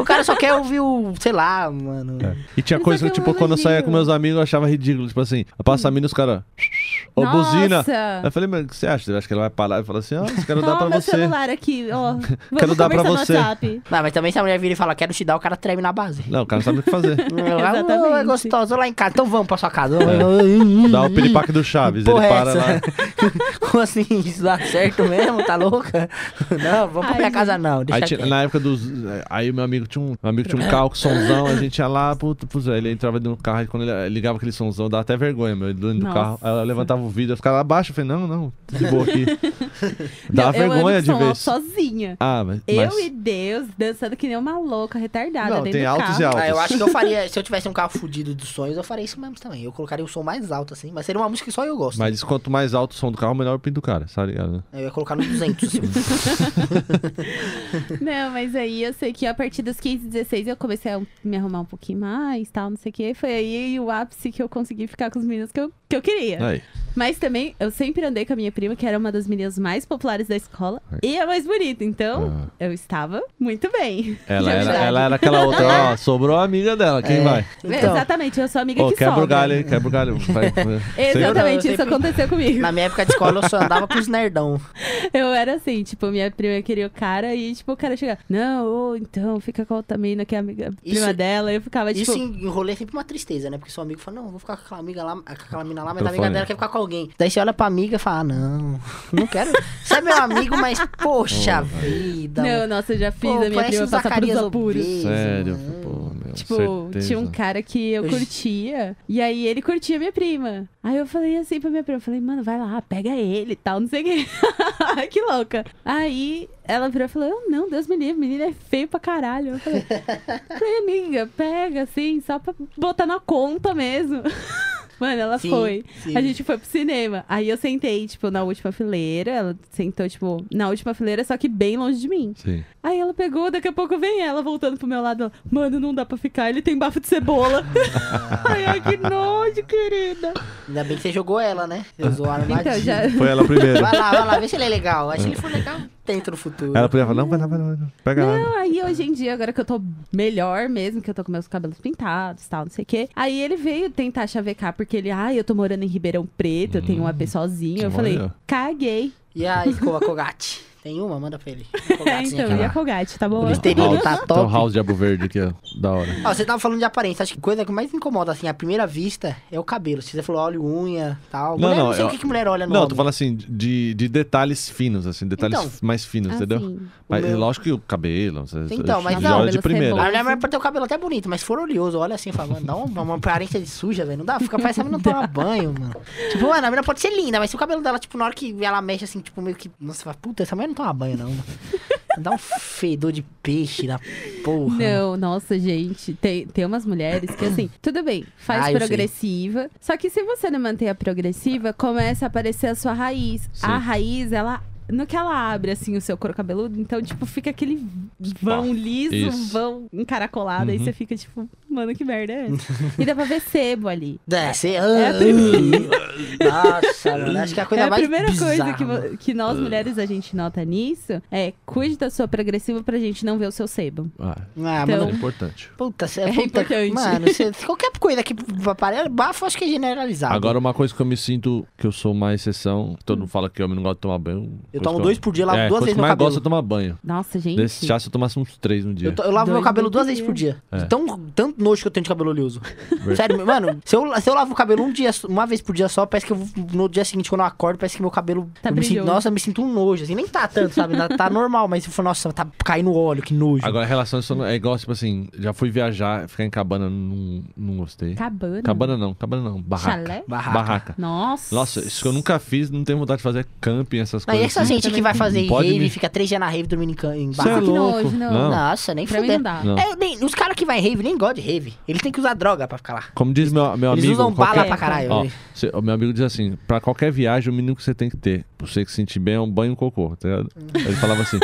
A: o cara só quer ouvir o, sei lá, mano.
C: É. E tinha
B: Mas
C: coisa
B: é
C: que,
B: que é um
C: tipo, quando eu
B: elogio.
C: saía com meus amigos, eu achava ridículo. Tipo assim, eu passo a mina e os caras. Ô,
B: Nossa.
C: buzina! Aí eu falei, mas o que você acha? Você acha que ela vai parar e falar assim, ó, isso quero dar
B: Ó,
C: pra
B: meu
C: você.
B: celular aqui, ó. Vamos
C: Quero dar pra
B: conversar
C: você.
B: no WhatsApp.
A: Não, mas também se a mulher vira e fala, quero te dar, o cara treme na base.
C: Não, o cara não sabe o que fazer.
A: Ah,
B: Exatamente.
A: é gostoso, vou lá em casa. Então vamos pra sua casa.
C: É. Dá o piripaque do Chaves,
A: Porra,
B: é
C: ele para
A: essa.
B: né?
C: lá.
A: Como assim? Isso dá certo mesmo? Tá louca? Não, vamos pra
B: Ai,
A: minha
B: gente.
A: casa não.
C: Aí,
A: Deixa
C: tinha-
A: quieto.
C: na época dos. Aí meu amigo tinha um, meu amigo tinha um carro com somzão, a gente ia lá, puto, puto, ele entrava no carro e quando ele ligava aquele somzão, dava até vergonha, meu, ele dentro do
B: Nossa.
C: carro. Aí eu levantava o vidro, eu ficava lá abaixo, eu falei, não, não, tô de boa aqui. Dá
B: eu
C: vergonha
B: ando
C: de
B: som alto
C: vez.
B: sozinha.
C: Ah, mas.
B: Eu
C: mas-
B: e Deus dançando que nem uma louca retardada
C: Não,
B: dentro
C: tem
B: do
C: altos
B: carro.
C: e altos.
A: Ah, eu acho que eu faria, se eu tivesse um carro fudido dos sonhos, eu faria isso mesmo também. Eu colocaria o som mais alto, assim, mas seria uma música que só eu gosto.
C: Mas quanto mais alto o som do carro, melhor o pinto do cara, sabe? ligado? né?
A: Eu ia colocar no 200, assim.
B: Não, mas aí eu sei que a partir dos 15, 16 eu comecei a me arrumar um pouquinho mais, tal, não sei o quê. Foi aí o ápice que eu consegui ficar com os meninos que eu, que eu queria.
C: Aí.
B: Mas também eu sempre andei com a minha prima, que era uma das meninas mais populares da escola
C: Ai.
B: e a mais bonita. Então, eu estava muito bem.
C: Ah. Ela,
B: De
C: era,
B: amizade.
C: ela era aquela outra, ó, sobrou a amiga dela, quem
A: É.
C: vai?
A: Então,
B: Exatamente, eu sou amiga
C: Ô,
B: que
C: quebra o
B: sobra.
C: galho aí, quebra o galho. Vai, vai. Sempre-
A: Eu não, eu
B: Exatamente, isso
A: sempre-
B: aconteceu comigo.
A: na minha época de escola, eu só andava pros nerdão.
B: Eu era assim, tipo, minha prima queria o cara e, tipo, o cara chega, não, ô, então fica com a outra mina que é amiga,
A: Isso-
B: prima dela. Eu ficava, tipo,
A: Isso em em rolê é sempre uma tristeza, né? Porque seu amigo fala, não, eu vou ficar com aquela amiga lá, com aquela mina lá, mas a amiga
C: Telefone.
A: dela quer ficar com alguém. Daí você olha pra amiga e fala, ah, não, não quero. Você é meu amigo, mas poxa vida.
B: não, nossa, eu já fiz
A: Pô,
B: a minha
A: parece
B: prima
A: o
B: passar por
A: Zacarias né?
B: uns apuros.
A: Obeso,
C: Sério,
A: mano.
C: pô, meu,
B: Tipo,
C: certeza.
B: tinha um cara que eu
A: Eu-
B: curtia, e aí ele curtia minha prima. Aí eu falei assim pra minha prima, eu falei, mano, vai lá, pega ele e tal, não sei o quê. Ai, que louca. Aí ela virou e falou, eu não, Deus me livre, menina é feio pra caralho. Eu falei, falei, amiga, pega assim, só pra botar na conta mesmo. Mano, ela
A: Sim,
B: foi.
A: sim.
B: A gente foi pro cinema. Aí eu sentei, tipo, na última fileira. Ela sentou, tipo, na última fileira, só que bem longe de mim.
C: Sim.
B: Aí ela pegou, daqui a pouco vem ela voltando pro meu lado. ela, Mano, não dá pra ficar, ele tem bafo de cebola. Ai, ai, que nojo, querida.
A: Ainda bem que você jogou ela, né? Eu usou a armadilha.
B: Então, já.
C: Foi ela primeiro.
A: Vai lá, vai lá, vê se ele é legal. Aí se ele for legal, tenta no futuro.
C: Ela podia falar, não, vai lá, vai lá, vai lá. pega lá.
B: Não, aí hoje em dia, agora que eu tô melhor mesmo, que eu tô com meus cabelos pintados e tal, não sei o quê. Aí ele veio tentar chavecar, porque ele, ai, eu tô morando em Ribeirão Preto, eu tenho um AP sozinho. Eu falei,
C: olha.
B: caguei.
A: E a escova Kogate? Tem uma? Manda pra ele.
B: É,
A: Kogatzinha
B: então,
A: aqui,
B: e
A: ó.
B: a Colgate, tá bom?
A: Eles têm- Misterino tá
C: Tem um
A: top.
C: house de Abu Verde aqui, ó. Da hora.
A: Ó, você tava falando de aparência, acho que coisa que mais incomoda, assim, à primeira vista, é o cabelo. Se você falou olho, unha, tal.
C: Não,
A: mulher, não,
C: não,
A: sei
C: eu-
A: o que, que mulher olha no
C: Não, eu
A: homem.
C: tô falando assim, de, de detalhes finos, assim, detalhes
A: Então.
C: f- mais finos, entendeu?
B: Assim,
C: Mas
A: O meu-
C: lógico que o cabelo, você,
A: Então, mas
C: já
A: não,
C: olha de
B: cabelo
C: primeira.
B: sem
A: A mulher vai pra ter o cabelo até bonito, mas se for oleoso, olha assim, fala, mano, dá uma, uma aparência de suja, velho. Não dá, fica parecendo que não toma banho, mano. Tipo, mano, a menina pode ser linda, mas se o cabelo dela, tipo, na hora que ela mexe assim, tipo, meio que. Nossa, fala, puta, essa mulher não toma banho, não. mano." Dá um fedor de peixe na porra.
B: Não, nossa, gente. Tem, tem umas mulheres que, assim, tudo bem, faz
A: Ah, eu sei.
B: progressiva. Só que se você não manter a progressiva, começa a aparecer a sua raiz. A
C: Sim.
B: raiz, ela No que ela abre, assim, o seu couro cabeludo, então, tipo, fica aquele vão liso,
C: Isso.
B: vão encaracolado. Aí
C: Uhum.
B: você fica, tipo, mano, que merda é essa? e dá pra ver sebo ali.
A: Desce.
B: É a
A: Nossa, mano. Acho que é a coisa
B: é a
A: mais
B: primeira coisa
A: bizarra,
B: que, vo-
A: mano.
B: que nós mulheres a gente nota nisso é cuide da sua progressiva pra gente não ver o seu sebo.
C: Ah,
A: Ah,
B: Então-
A: mano.
C: é importante.
A: Puta, cê,
B: É
A: puta,
B: importante.
A: Mano, cê- qualquer coisa que aparece, bafo, acho que é generalizado.
C: Agora, uma coisa que eu me sinto que eu sou uma exceção, que todo mundo fala que homem não gosta de tomar banho.
A: eu
C: coisa
A: tomo
C: que
A: dois por dia, lavo
C: é,
A: duas
C: coisa
A: vezes
C: que eu
A: meu
C: mais
A: cabelo.
C: gosto é tomar banho.
B: Nossa, gente.
C: Desse chá, se eu tomasse uns três no dia.
A: Eu, to- eu lavo meu
B: Dois
A: cabelo
B: por
A: duas
B: dia.
A: vezes por dia.
C: É.
A: De Tão, tanto nojo que eu tenho de cabelo oleoso. Sério, mano, se eu, se eu lavo o cabelo um dia, uma vez por dia só, parece que eu, vou- no dia seguinte, quando eu acordo, parece que meu cabelo.
B: Tá
A: eu me sinto,
B: brilhoso.
A: nossa, eu me sinto um nojo. Assim, nem tá tanto, sabe? Ainda Tá normal, mas se for, nossa, tá caindo óleo, que nojo.
C: Agora, a relação de sono é igual, tipo assim, já fui viajar, ficar em cabana, não, não gostei.
B: Cabana.
C: Cabana não, cabana não, barraca.
B: Chalé?
A: Barraca.
C: Barraca.
B: Nossa.
C: Nossa, isso que eu nunca fiz, não tenho vontade de fazer camping, essas
A: Não, e
C: coisas.
A: essa
C: assim.
A: é gente que vai fazer
C: Pode
A: rave
C: me-
A: e fica três dias na rave dormindo em, can- em
C: Cê é
A: barraca?
B: Que
C: louco.
B: nojo, não.
C: não.
A: Nossa, nem
B: Pra mim
A: fudendo.
B: não dá.
C: Não.
A: É, eu nem- os caras que vai em rave nem gostam de rave. Ele tem que usar droga pra ficar lá.
C: Como diz meu, meu
A: Eles
C: amigo.
A: usam bala
C: qualquer...
A: pra caralho.
C: Ó,
A: né?
C: cê- o meu amigo diz assim: pra qualquer viagem, o mínimo que você tem que ter, pra você que se sentir bem, é um banho e um cocô, tá ligado?
A: Hum.
C: Ele falava assim: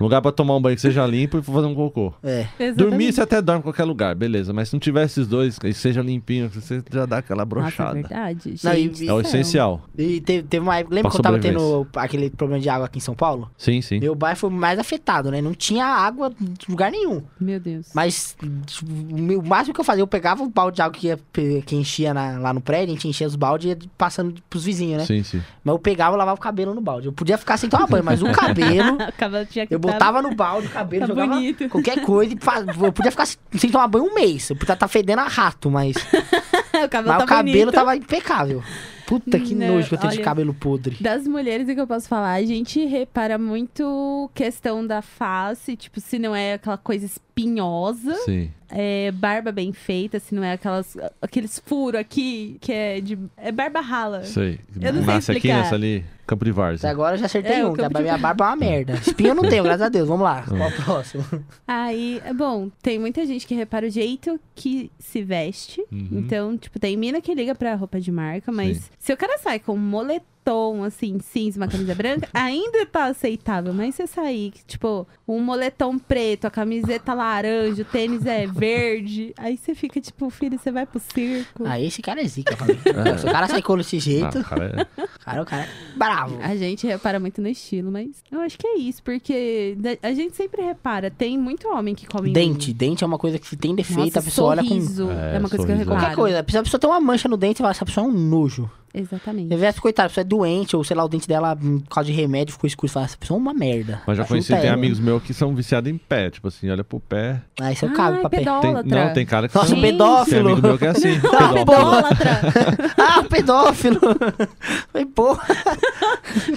C: lugar pra tomar um banho que seja limpo e fazer um cocô.
A: É.
B: Exatamente.
C: Dormir você até dorme em qualquer lugar, beleza. Mas se não tiver esses dois, que seja limpinho, que você já dá aquela
B: Nossa, é
C: brochada.
B: verdade. um Gente,
A: Não, e-
B: do
A: e-
C: é
B: céu.
C: o essencial.
A: E teve, teve uma época. Lembra
C: Pra
A: que eu tava tendo
C: sobrevivência.
A: aquele problema de água aqui em São Paulo?
C: Sim, sim.
A: Meu bairro foi mais afetado, né? Não tinha água em lugar nenhum.
B: Meu Deus.
A: Mas tipo, o máximo que eu fazia, eu pegava o balde de água que, ia, que enchia na- lá no prédio, a gente enchia os baldes e ia passando pros vizinhos, né?
C: Sim, sim.
A: Mas eu pegava e lavava o cabelo no balde. Eu podia ficar sem tomar banho, mas o cabelo.
B: O cabelo tinha que
A: Eu
B: tá-
A: botava no balde o cabelo,
B: Tá
A: jogava
B: bonito.
A: qualquer coisa. E fa- eu podia ficar sem- sem tomar banho um mês. Eu podia estar fedendo a rato, mas,
B: o cabelo,
A: mas
B: tá
A: o cabelo
B: bonito.
A: tava impecável. Puta que
B: Não,
A: nojo que eu tenho de
B: olha.
A: cabelo podre.
B: Das mulheres, o que eu posso falar? A gente repara muito questão da face, tipo, se não é aquela coisa espinhosa,
C: Sim.
B: é barba bem feita, se não é aquelas, aqueles furos aqui, que é de. É barba rala.
C: Sei.
B: Eu não sei
C: Nasce aqui,
B: explicar.
C: nasce ali, Campo de
A: Até
C: Várzea.
A: agora eu já acertei
B: É, o
A: um, que a
B: campo de
A: minha barba é uma merda. Espinha eu não tenho, graças a Deus. Vamos
C: Ah.
A: lá, qual o próximo?
B: Aí, é bom, tem muita gente que repara o jeito que se veste.
C: Uhum.
B: Então, tipo, tem mina que liga pra roupa de marca, mas se o cara sai com um moletom, assim, cinza, uma camisa branca, ainda tá aceitável. Mas você sair, que, tipo, um moletom preto, a camiseta laranja, o tênis é verde, aí você fica, tipo, filho, você vai pro circo.
A: Ah, esse cara é zica, mano. Se o cara sai com desse jeito,
C: Ah, cara, é-
A: cara, o cara é bravo.
B: A gente repara muito no estilo, mas eu acho que é isso, porque da- a gente sempre repara, tem muito homem que come
A: Dente, dente é uma coisa que se tem defeito,
B: Nossa,
A: a pessoa olha com.
B: sorriso.
C: É,
B: É, uma coisa que eu
C: sorriso.
B: reparo.
A: Qualquer coisa, a pessoa a pessoa tem uma mancha no dente e fala, essa pessoa é um nojo.
B: Exatamente.
A: Você vê, coitada, a pessoa é doente, ou sei lá, o dente dela, hum, por causa de remédio, ficou escuro, você fala, essa pessoa é uma merda. um
C: Mas já
A: Chuta
C: conheci, tem
A: ela.
C: amigos meus que são viciados em pé. Tipo assim, olha pro pé.
A: Aí você cabe
B: Ai,
A: pra pé.
C: Tem-
B: pedólatra.
C: não, tem cara que
A: Nossa,
C: são- Tem
A: pedófilo.
C: amigo meu que é assim.
A: Ah,
C: pedófilo.
B: Pedólatra.
A: ah, pedófilo! Falei, porra,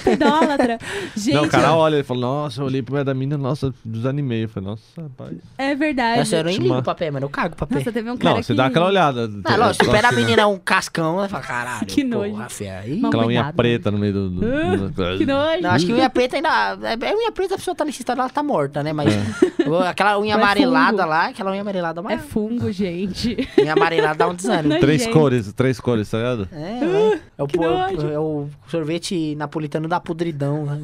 B: Pedólatra. Gente,
C: Não, o cara olha, ele fala, nossa, eu olhei pro pé da mina, nossa, desanimei. Eu falei, nossa, rapaz.
B: é verdade.
A: essa eu nem
C: Gente,
A: ligo
C: mano.
A: pra pé, mano, eu cago pra pé.
B: Nossa, teve um cara
C: Não, você
B: que...
C: dá aquela olhada.
A: Ah, lógico, se
C: Só
A: pera a
C: assim, né?
A: menina é um cascão, ela fala, caralho,
B: Que
A: porra,
B: nojo.
A: fé, aí...
B: Uma
C: Aquela unha
B: Cuidado.
C: preta no meio do. do-
B: Ah,
C: do-
B: Que nojo.
A: Não, acho que unha preta ainda. É é unha preta, a pessoa tá nesse estado, ela tá morta, né? Mas eu- aquela unha
B: Mas é
A: amarelada
B: fungo.
A: lá, aquela unha amarelada,
B: É
A: mas
B: fungo, gente.
A: unha amarelada dá um desânimo.
B: Não,
C: Três
B: gente.
C: cores, três cores, tá ligado?
A: É, né? é, o,
B: que
A: po-
B: nojo.
A: é o sorvete napolitano da podridão. né?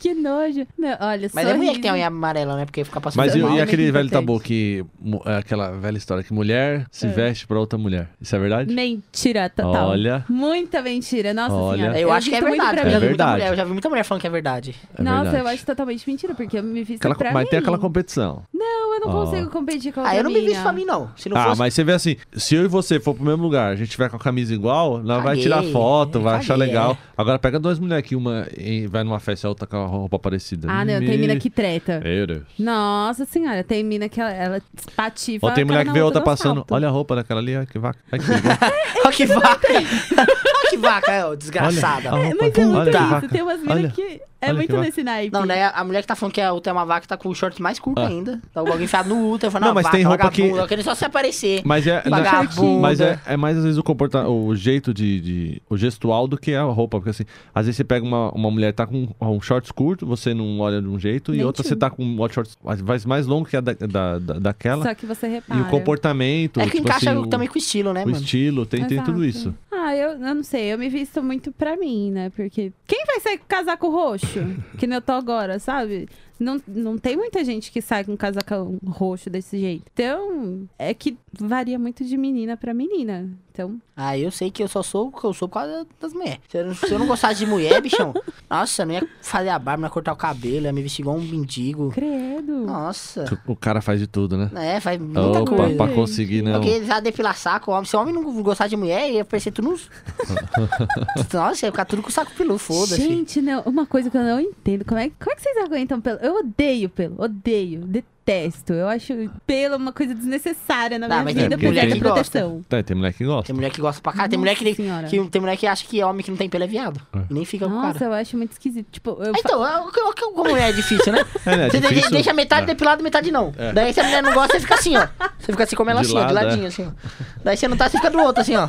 B: Que nojo. Não, olha,
A: Mas é
B: sorriso.
A: mulher que tem a unha amarela, né? Porque fica passando
C: Mas e,
A: mal.
C: e
B: é
C: aquele
B: muito
C: velho
B: importante. É.
C: tabu que. mu- é Aquela velha história que mulher se veste pra outra mulher. Isso é verdade?
B: Mentira total.
C: Olha.
B: Muita mentira. Nossa
C: Olha.
B: senhora.
A: Eu acho que é
B: sinto muito
A: verdade. eu
B: pra
A: já vi
B: mim.
C: É
A: muita
C: verdade.
A: mulher- eu já vi muita mulher falando que é verdade.
C: É
B: Nossa,
C: verdade.
B: eu acho totalmente mentira, porque eu me visto
C: Aquela,
B: pra
C: mas
B: mim.
C: tem aquela competição.
B: Não, eu não
C: Ó.
B: consigo competir com a
A: Ah, eu não me visto
B: mina.
A: pra mim, não. Se não
C: ah,
A: fosse.
C: mas você vê assim, se eu e você for pro mesmo lugar, a gente tiver com a camisa igual, ela vai
A: Caguei,
C: tirar foto,
A: é,
C: vai achar
A: caguei,
C: legal.
A: é.
C: Agora pega duas mulheres que uma em- vai numa festa e a outra com a roupa parecida.
B: Ah, não, tem mina que treta.
C: Meu Deus.
B: Nossa senhora, tem mina que ela, ela tá patifa.
C: Ou tem mulher que vê outra passando,
B: Olha.
C: olha a roupa daquela ali, olha que vaca. Olha que vaca.
A: Olha que vaca! Olha que vaca, é, ô, desgraçada.
C: Olha, a roupa.
B: Mas é muito
C: Olha que
B: isso.
C: vaca.
B: Tem umas
C: Olha.
B: minas que. É
C: olha
B: muito
C: que
B: nesse naipe.
A: Não, né? A mulher que tá falando que a outra é uma vaca tá com o short mais curto
C: Ah.
A: ainda. Tá o bagulho enfiado no útero. Falando,
C: Não,
A: ah,
C: mas
A: vaca,
C: tem roupa que-
A: vagabunda, Eu queria só se aparecer.
C: Mas é,
A: Vagabunda.
C: mas é, é mais às vezes o comporta o jeito de, de- o gestual do que a roupa, porque assim, às vezes você pega uma, uma mulher que tá com um shorts curto, você não olha de um jeito e
B: Nem
C: outra
B: te-
C: você tá com um shorts mais mais longo que a da, da- da- daquela
B: Só que você repara.
C: e o comportamento,
A: É que
C: tipo
A: encaixa
C: assim, o,
A: também com o estilo, né,
C: o
A: mano?
C: estilo, tem, tem
B: Exato.
C: tudo isso.
B: Ah, Ah, eu, eu não sei, eu me visto muito pra mim, né? Porque quem vai sair com casaco roxo? que nem eu tô agora, sabe? Não, não tem muita gente que sai com casacão roxo desse jeito. Então, é que varia muito de menina pra menina. Então,
A: Ah, eu sei que eu só sou o que eu sou por causa das mulheres. Se eu, não- se eu não gostasse de mulher, bichão, nossa, eu não ia fazer a barba, não ia cortar o cabelo, ia me vestir igual um mendigo.
B: credo.
A: Ah, Nossa.
C: O cara faz de tudo, né?
A: É, faz muita
C: Opa,
A: coisa.
C: pra conseguir, não.
A: Porque eles já depilar saco, homem. Se o homem não gostar de mulher, ia parecer tudo nos. Nossa, ia ficar tudo com o saco peludo, foda-se.
B: Gente, não, uma coisa que eu não entendo. Como é, como é que vocês aguentam pelo? Eu odeio pelo, odeio, detesto. Eu acho pelo uma coisa desnecessária na
A: Não, Tá,
B: minha
A: mas
C: É,
A: é
C: tem
B: vida,
C: mulher
B: apesar
C: que
B: de
A: gosta.
B: proteção.
C: Tá, e tem mulher que gosta.
A: Tem mulher que gosta pra cá, tem mulher que,
B: Nossa senhora.
A: que tem mulher que acha que homem que não tem pelo é viado.
C: É.
A: E nem fica com o
B: Nossa,
A: cara.
B: eu acho muito esquisito. Tipo, eu
A: Ah,
B: fa-
A: Então, é o que- é o que- como mulher é difícil, né?
C: É, né?
A: Você de-
C: Difícil.
A: deixa metade
C: É.
A: depilado e metade não. Daí se a mulher não gosta, você fica assim, ó. Você fica assim como ela
C: De
A: assim, ó, de
C: lado, é.
A: ladinho, assim, ó. Daí você não tá, você fica do outro, assim, ó.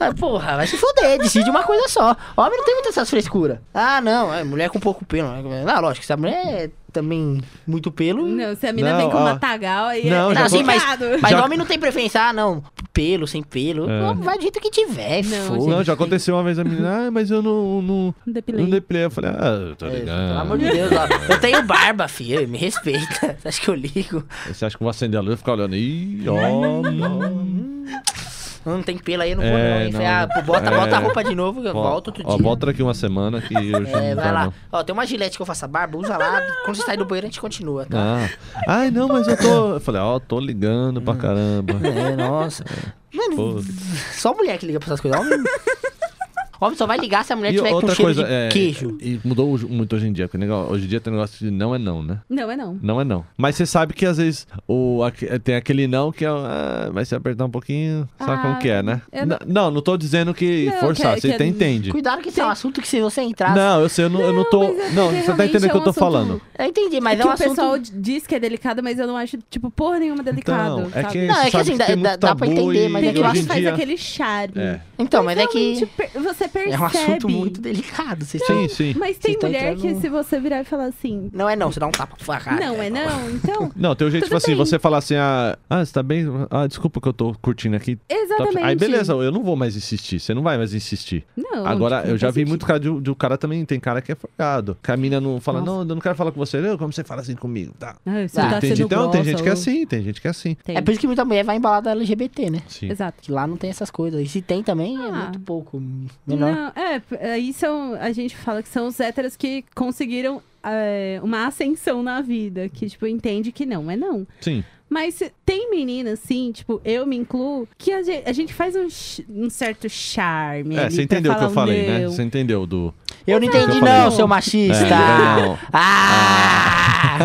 A: Ah, porra, vai se foder, decide uma coisa só. Homem não tem muita essas frescuras. Ah, não, é mulher com pouco pelo. Não, lógico, se a mulher é também muito pelo.
B: Não, se a mina
C: Não,
B: vem com
C: ó.
B: matagal, aí
C: Não,
B: é
C: já
A: Não, assim, mas,
B: complicado.
A: mas
C: Já-
A: homem não tem preferência. Ah, não, pelo, sem pelo.
C: É.
A: Vai do jeito que tiver,
B: Não,
A: foda.
C: Não, já aconteceu uma vez a menina, ah, mas eu não, não,
B: Não depilei.
C: não depilei. Eu falei, ah, tá ligado.
A: É Pelo amor de Deus, ó. Eu tenho barba, filho, me respeita. Você acha que eu ligo?
C: Você acha que eu vou acender a luz e ficar olhando? Ih, ó, não.
A: Não tem pelo aí, eu não vou
C: É,
A: não. Aí
C: não.
A: falei, ah, pô, bota,
C: É.
A: bota a roupa de novo, eu volto outro
C: Ó,
A: dia.
C: volta daqui uma semana que eu já
A: É, vai
C: não tá,
A: lá.
C: não.
A: Ó, tem uma gilete que eu faço a barba, usa lá. Quando você sair do banheiro, a gente continua, tá?
C: Ah. Ai, não, mas eu tô. Eu falei, ó, tô ligando pra caramba.
A: É, nossa. Mano,
C: Pô.
A: só mulher que liga pra essas coisas. Homem, homem só vai ligar se a mulher
C: E
A: tiver com
C: outra
A: cheiro
C: coisa,
A: de
C: é,
A: queijo.
C: e mudou hoje- muito hoje em dia, porque o negócio- hoje em dia tem negócio de não é não, né?
B: Não, é não.
C: Não é não. Mas você sabe que às vezes o, aque- tem aquele não que é. Ah, vai se apertar um pouquinho. Sabe
B: Ah,
C: como que é, né?
B: eu
C: N-
B: não-
C: Não, não, tô dizendo que
B: Não,
C: forçar,
B: que- é
C: você
B: que-
C: até entende.
A: Cuidado que esse é um assunto que se você entrar...
C: Não, eu sei, eu não, eu não tô.
B: mas é
C: Não,
B: que
C: você tá
B: realmente
C: entendendo o
B: é
C: que eu
B: um
C: tô
B: assunto-
C: falando.
A: Eu entendi, mas
B: é
A: é,
B: que
A: um
B: o
A: assunto...
B: pessoal diz que é delicado, mas eu não acho, tipo, porra nenhuma delicado.
C: Então, é
B: sabe?
C: que
A: Não, é
C: você
A: que
C: sabe
A: assim, dá-
C: tem muito
A: dá- dá pra
C: tabu
A: entender,
C: e
A: mas
B: Tem
A: é que eu
B: aquele
A: acho
C: hoje
B: que
C: em
B: faz
C: dia...
B: aquele charme.
C: É.
A: Então, mas é
B: realmente
A: que...
B: per- Você percebe.
A: É um assunto muito delicado. Vocês estão-
C: Sim, sim.
B: Mas tem
A: Vocês tão
B: mulher
A: entrando-
B: que se você virar e falar assim,
A: Não é não, você dá um tapa pra cara.
B: não é não, então...
C: Não, tem gente,
B: Tudo
C: tipo assim,
B: bem.
C: você falar assim, ah, ah, você tá bem? Ah, desculpa que eu tô curtindo aqui. Tá-
B: Exatamente.
C: Aí beleza, eu não vou mais insistir, você não vai mais insistir.
B: Não,
C: Agora,
B: tipo,
C: eu já
B: faz
C: vi
B: sentido.
C: muito caso de, de um cara também, tem cara que é forgado. Que a mina não fala,
B: Nossa.
C: não, eu não quero falar com você, não, como você fala assim comigo, tá?
B: Ah, isso
A: Ah,
B: tá
C: Entendi.
B: sendo
C: Então,
B: grossa,
C: tem gente que é
B: ou-
C: assim, tem gente que é assim.
B: Tem.
A: É por isso que muita mulher vai em balada LGBT, né?
C: Sim.
B: Exato.
A: Que lá não tem essas coisas. E se tem também, é
B: Ah.
A: muito pouco. Menor.
B: Não, é, p- aí são, a gente fala que são os héteros que conseguiram é, uma ascensão na vida, que, tipo, entende que não é não.
C: Sim.
B: Mas se- tem menina, assim, tipo, eu me incluo, que a gente, a gente faz um, ch- um certo charme.
C: É,
B: ali
C: você entendeu o
B: pra
C: que eu
B: falar
C: falei, né?
B: não.
C: Você entendeu do.
A: Eu não
C: Mas
A: entendi,
C: eu falei.
A: não, seu
C: É,
A: machista.
C: não.
A: Ah!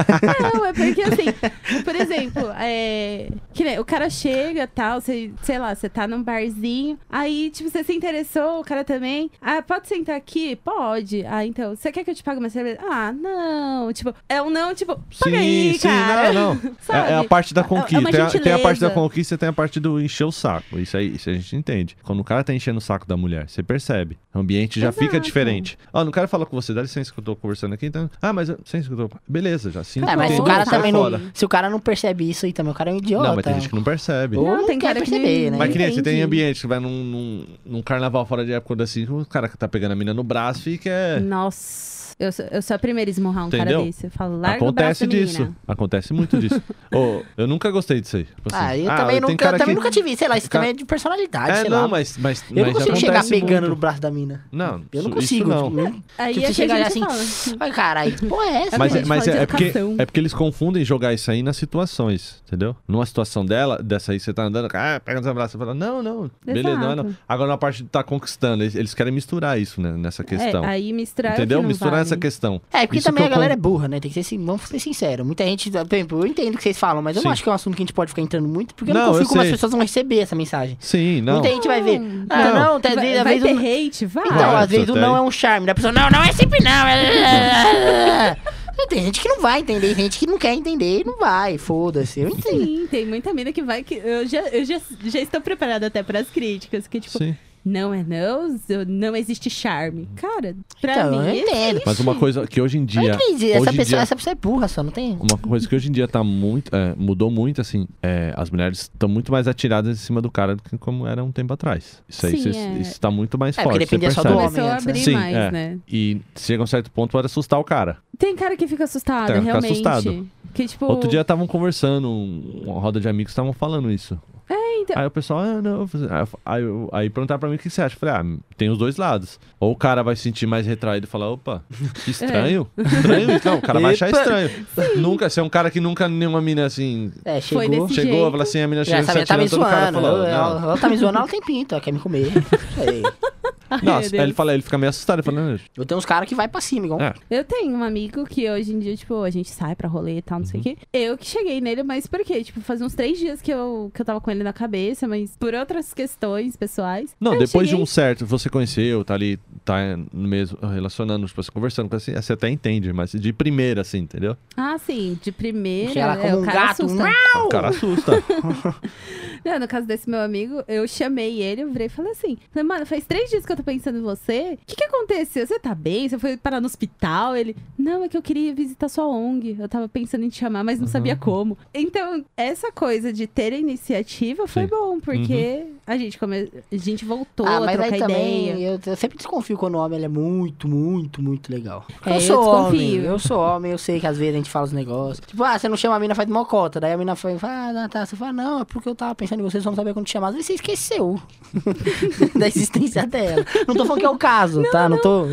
B: Não, é porque assim, por exemplo, é, que nem o cara chega tal, você, sei lá, você tá num barzinho, aí, tipo, você se interessou, o cara também. Ah, pode sentar aqui? Pode. Ah, então, você quer que eu te pague uma cerveja? Ah, não. Tipo, é um não, tipo, paga aí,
C: sim,
B: cara.
C: não, não. É-
B: Sabe?
C: É, a parte da
B: É- é uma
C: conquista. Tem a- tem, a, parte da
B: gentileza.
C: conquista e tem a parte do encher o saco. Isso aí, isso a gente entende. Quando o cara tá enchendo o saco da mulher, você percebe. O ambiente já fica
B: Exato.
C: diferente. Ó, não quero falar com você, dá licença que eu tô conversando aqui, então. Ah, mas eu- licença que eu tô. Beleza, já sinto.
A: É, mas
C: entendi,
A: se o cara
B: Sai
A: também
C: fora.
A: não. Se o cara não percebe isso aí também, o cara é um idiota.
C: tá Não, mas tem gente que não percebe.
A: Ou
B: Não,
A: não
B: tem
A: quer
B: cara que nem-
A: perceber, né?
C: Mas que nem você
B: Entendi.
C: tem ambiente que vai num, num, num carnaval fora de época assim, o cara que tá pegando a mina no braço e quer.
B: Nossa, eu sou, eu sou a primeira a esmurrar um cara
C: Entendeu?
B: desse. Eu falo, larga
C: Acontece
B: o braço,
C: disso.
B: menina.
C: Acontece muito disso. Ô, eu nunca gostei disso aí. Tipo
A: Ah,
C: assim,
A: eu também,
C: tem
A: nunca,
C: cara
A: também
C: que-
A: nunca tive, sei lá, isso
C: Ca-
A: também é de personalidade,
C: É,
A: sei
C: não,
A: lá.
C: mas, mas.
A: eu não
C: mas
A: consigo chegar
C: acontece
A: pegando no
C: muito.
A: braço da mina.
C: Não,
A: Eu
C: isso-
A: não
C: isso
A: consigo.
C: não.
A: tipo, não-
B: Aí
A: Tipo,
B: é
A: você
B: chega
A: chega
B: a
A: já
B: gente
A: assim.
B: fala.
A: Ai, caralho, que porra é essa?
C: Mas,
B: a
C: é,
B: gente
C: mas
B: fala
C: é,
B: de
C: é porque,
B: educação.
C: é porque eles confundem jogar isso aí nas situações, entendeu? Numa situação dela, dessa aí você tá andando, ah, pega nos abraços, você fala, não, não, beleza, não, é não.
B: Exato.
C: Agora na parte de tá conquistando, eles, eles querem misturar isso né, nessa questão.
B: É, aí misturar é o
C: entendeu?
B: que não
C: Misturar
B: vale.
C: essa questão.
A: É, porque
C: Isso
A: também
C: que
A: a
C: eu
A: galera
C: con-
A: é burra, né? Tem que ser sin- vamos ser sinceros. Muita gente, por exemplo, eu entendo o que vocês falam, mas eu
C: Sim.
A: não acho que é um assunto que a gente pode ficar entrando muito, porque eu não,
C: Não, eu
A: confio como as
C: sei.
A: pessoas vão receber essa mensagem.
C: Sim, não.
A: Muita gente vai ver. Ah,
C: Não.
A: não, tá- às
B: Vai,
A: vezes- às
B: vai
A: vezes
B: ter
A: o-
B: hate, vai.
A: Então,
C: Vai,
A: às vezes o
C: tem.
A: não é um charme da pessoa. Não, não é sempre não. é- Tem gente que não vai entender, tem gente que não quer entender e não vai, foda-se. Eu entendo.
B: Sim, tem muita mina que vai que. Eu já, eu já, já estou preparada até para as críticas. Que, tipo,
C: Sim.
B: não é não, eu- não existe charme. Cara, pra
A: Então,
B: mim.
A: eu
C: é
A: entendo.
C: Mas uma coisa que hoje em
A: Eu
C: dia.
A: entendi.
C: hoje
A: Essa
C: em
A: pessoa,
C: dia-
A: essa pessoa é burra só, não tem.
C: Uma coisa que hoje em dia tá muito. é, mudou muito, assim. é, as mulheres estão muito mais atiradas em cima do cara do que como era um tempo atrás. Isso aí,
B: Sim,
C: isso,
B: é.
C: isso tá muito mais
A: É, porque
C: forte. você
A: dependia só do
C: percebe.
A: homem.
B: Começou a
A: antes, né?
B: abrir
C: Sim,
B: mais,
C: é.
B: né?
C: E chega um certo ponto para assustar o cara.
B: Tem cara que fica assustado,
C: Tem, fica
B: realmente.
C: assustado.
B: Que tipo.
C: Outro dia estavam conversando, um- uma roda de amigos estavam falando isso. É,
B: então-
C: Aí o pessoal, ah, não. Aí, eu- aí, eu- aí perguntaram pra mim o que você acha. Eu falei, ah, tem os dois lados. Ou o cara vai se sentir mais retraído e falar, opa, que estranho.
B: É.
C: Estranho? isso." Não, o cara vai achar
A: Epa.
C: estranho. Nunca, você é um cara que nunca nenhuma mina assim.
A: É,
B: Foi
A: chegou.
B: desse-
C: chegou,
B: jeito.
C: fala assim, a mina
A: Já
C: chegou
A: essa
C: se
A: menina tá me
C: atirando todo o cara
A: zoando.
C: falou.
A: eu-
C: Não,
A: Ela, ela tá me zoando, ela tem pinto, ela quer me comer. Sei.
B: Ai, meu
C: Nossa, aí
B: Deus.
C: ele fala, ele fica meio assustado, ele fala, "Não, gente."
A: Eu tenho uns caras que vai pra cima, igual.
C: É.
B: Eu tenho um amigo que hoje em dia, tipo, a gente sai pra rolê e tal, não sei
C: Uhum.
B: o quê. Eu que cheguei nele, mas por quê? Tipo, faz uns três dias que eu, que eu tava com ele na cabeça, mas por outras questões pessoais.
C: Não,
B: eu
C: depois de
B: cheguei-
C: um certo, você conheceu, tá ali, tá no mesmo, relacionando, tipo, assim, conversando com assim, você até entende, mas de primeira, assim, entendeu?
B: Ah, sim, de primeira.
A: Chega lá
B: é,
A: como
B: o
A: um
B: cara
A: gato.
B: assusta.
C: O cara assusta.
B: Não, no caso desse meu amigo, eu chamei ele, eu virei e falei assim: falei, Mano, faz três dias que eu tô pensando em você. O que, que aconteceu? Você tá bem? Você foi parar no hospital? Ele. Não, é que eu queria visitar sua ONG. Eu tava pensando em te chamar, mas não sabia como. Então, essa coisa de ter a iniciativa foi
C: Sim.
B: bom, porque
A: Uhum.
B: a gente come... a gente voltou
A: Ah,
B: a
A: mas
B: trocar
A: aí também,
B: ideia.
A: eu, eu sempre desconfio quando o homem ele é muito, muito, muito legal.
B: É, eu
A: homem,
B: desconfio.
A: eu sou homem, eu sei que às vezes a gente fala os negócios. Tipo, ah, você não chama a mina, faz mocota. Daí a mina fala, ah, não, tá, você fala, não, é porque eu tava pensando em você, só não sabia quando te chamar. Às vezes você esqueceu da existência dela. Não tô falando que é o caso, tá? Não, tô...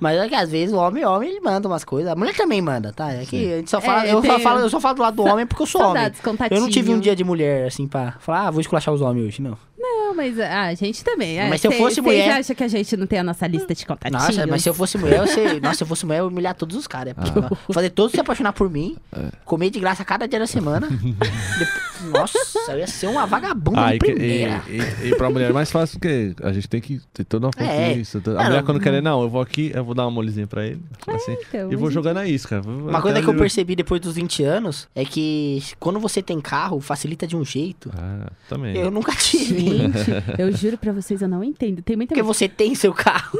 A: Mas é que às vezes o homem, homem, ele manda umas coisas. A mulher também manda, tá? É que a gente só fala,
B: É,
A: eu, só
B: tem-
A: falo, eu só falo do lado do homem porque eu sou homem.
B: Saudades, contatinho.
A: Eu não tive um dia de mulher, assim, pra falar, ah, vou esculachar os homens hoje, não.
B: Não, mas ah, a gente também.
A: Mas se eu fosse mulher-
B: Você acha que a gente não tem a nossa lista de contatinhos?
A: Nossa, mas se É eu Ah. fosse mulher, eu sei. Nossa, se eu fosse mulher, eu ia humilhar todos os caras. é Porque, ó, Fazer todos se apaixonar por mim, comer de graça cada dia da semana. Depois- Nossa, eu ia ser uma vagabunda
C: Ah,
A: de
C: e, que- e,
A: primeira.
C: e, e pra mulher é mais fácil, porque a gente tem que ter toda uma
A: É.
C: conquista. A
A: Ah,
C: mulher
A: não. É,
C: quando querer, não, eu vou aqui, eu vou dar uma molezinha pra ele. assim,
B: então,
C: e
B: a
C: vou
B: gente-
C: jogar na isca.
A: Uma coisa que eu percebi depois dos 20 anos é que quando você tem carro, facilita de um jeito.
C: Ah, também.
A: Eu nunca tive.
B: Gente, eu juro pra vocês, eu não entendo. Tem muita
A: Porque você tem seu carro.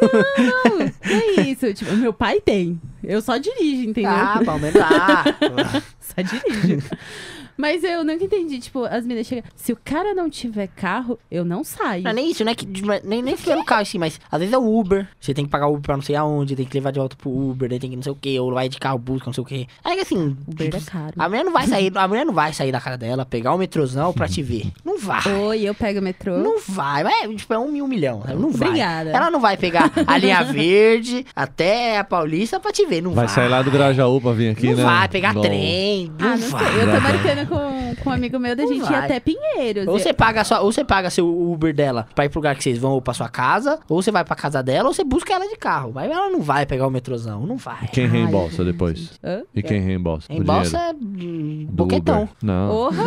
B: Não, é isso. Tipo, meu pai tem. Eu só dirijo, entendeu?
A: Ah, pelo menos. Ah,
B: Só dirijo. Mas eu nunca entendi, tipo, as meninas chegam. Se o cara não tiver carro, eu não saio.
A: Não é nem isso, não é que. Nem, nem pelo carro assim, mas às vezes é o Uber. Você tem que pagar Uber pra não sei aonde, tem que levar de volta pro Uber, daí tem que não sei o que, ou vai de carro, busca, não sei o que. Aí assim.
B: Uber é caro.
A: A mulher não vai sair, a mulher não vai sair da casa dela, pegar o metrozão pra te ver. Não vai.
B: Oi, eu pego o metrô.
A: Não vai. Mas É, tipo, é um mil milhão. sabe? Não vai.
B: Obrigada.
A: Ela não vai pegar a linha verde até a Paulista pra te ver. Não vai.
C: Vai sair lá do Grajaú pra vir aqui,
A: Não
C: né?
A: vai pegar
C: Bom.
A: trem. Não,
B: Ah, não
A: vai.
B: sei. Eu tô marcando com, com um amigo meu da
A: Não
B: gente ir
A: vai.
B: até Pinheiros.
A: Ou você paga só, ou você paga seu Uber dela pra ir pro lugar que vocês vão ou pra sua casa, ou você vai pra casa dela, ou você busca ela de carro. Mas ela não vai pegar o metrozão, não vai.
C: Quem
B: Ai,
C: reembolsa
B: gente.
C: depois?
B: Hã?
C: E quem reembolsa?
A: Em
C: O
A: bolsa
C: dinheiro
A: é hum,
C: do
A: boquetão.
C: Uber? Não.
B: Orra,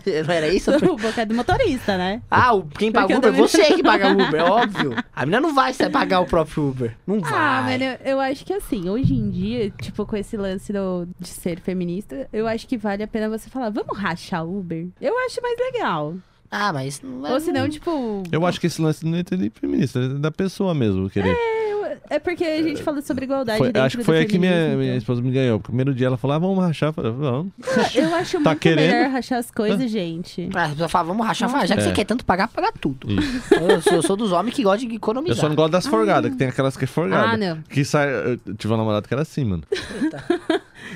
A: não era isso?
B: o boca do motorista, né?
A: Ah, o- quem paga
B: Porque
A: o
B: eu
A: Uber,
B: também não-
A: você que paga o Uber, é óbvio. A menina não vai sa- pagar o próprio Uber. Não vai.
B: Ah, velho, eu, eu acho que assim, hoje em dia, tipo, com esse lance do- de ser feminista, eu acho que vale a pena você falar, vamos rachar Uber? Eu acho mais legal.
A: Ah, mas não é.
B: Ou senão, tipo.
C: Eu acho que esse lance não é nem feminista, é da pessoa mesmo querer.
B: eu- É porque a gente fala sobre igualdade.
C: Foi-
B: dentro
C: acho que
B: do
C: foi aqui minha,
B: feminismo,
C: minha
B: então.
C: esposa me ganhou. Primeiro dia ela falou, ah, vamos rachar. Eu falei, vamos.
B: Ah, Eu acho
C: Tá
B: muito
C: querendo?
B: melhor rachar as coisas, gente.
A: Ah, a pessoa fala, vamos rachar, fala, já que
C: É.
A: você quer tanto pagar, pagar tudo.
C: Isso.
A: Eu sou, eu sou dos homens que gostam de
C: Eu
A: economizar.
C: só não gosto das forgadas, que tem aquelas que é forgada.
B: Ah, não.
C: Que sai. Eu tive uma namorada que era assim, mano.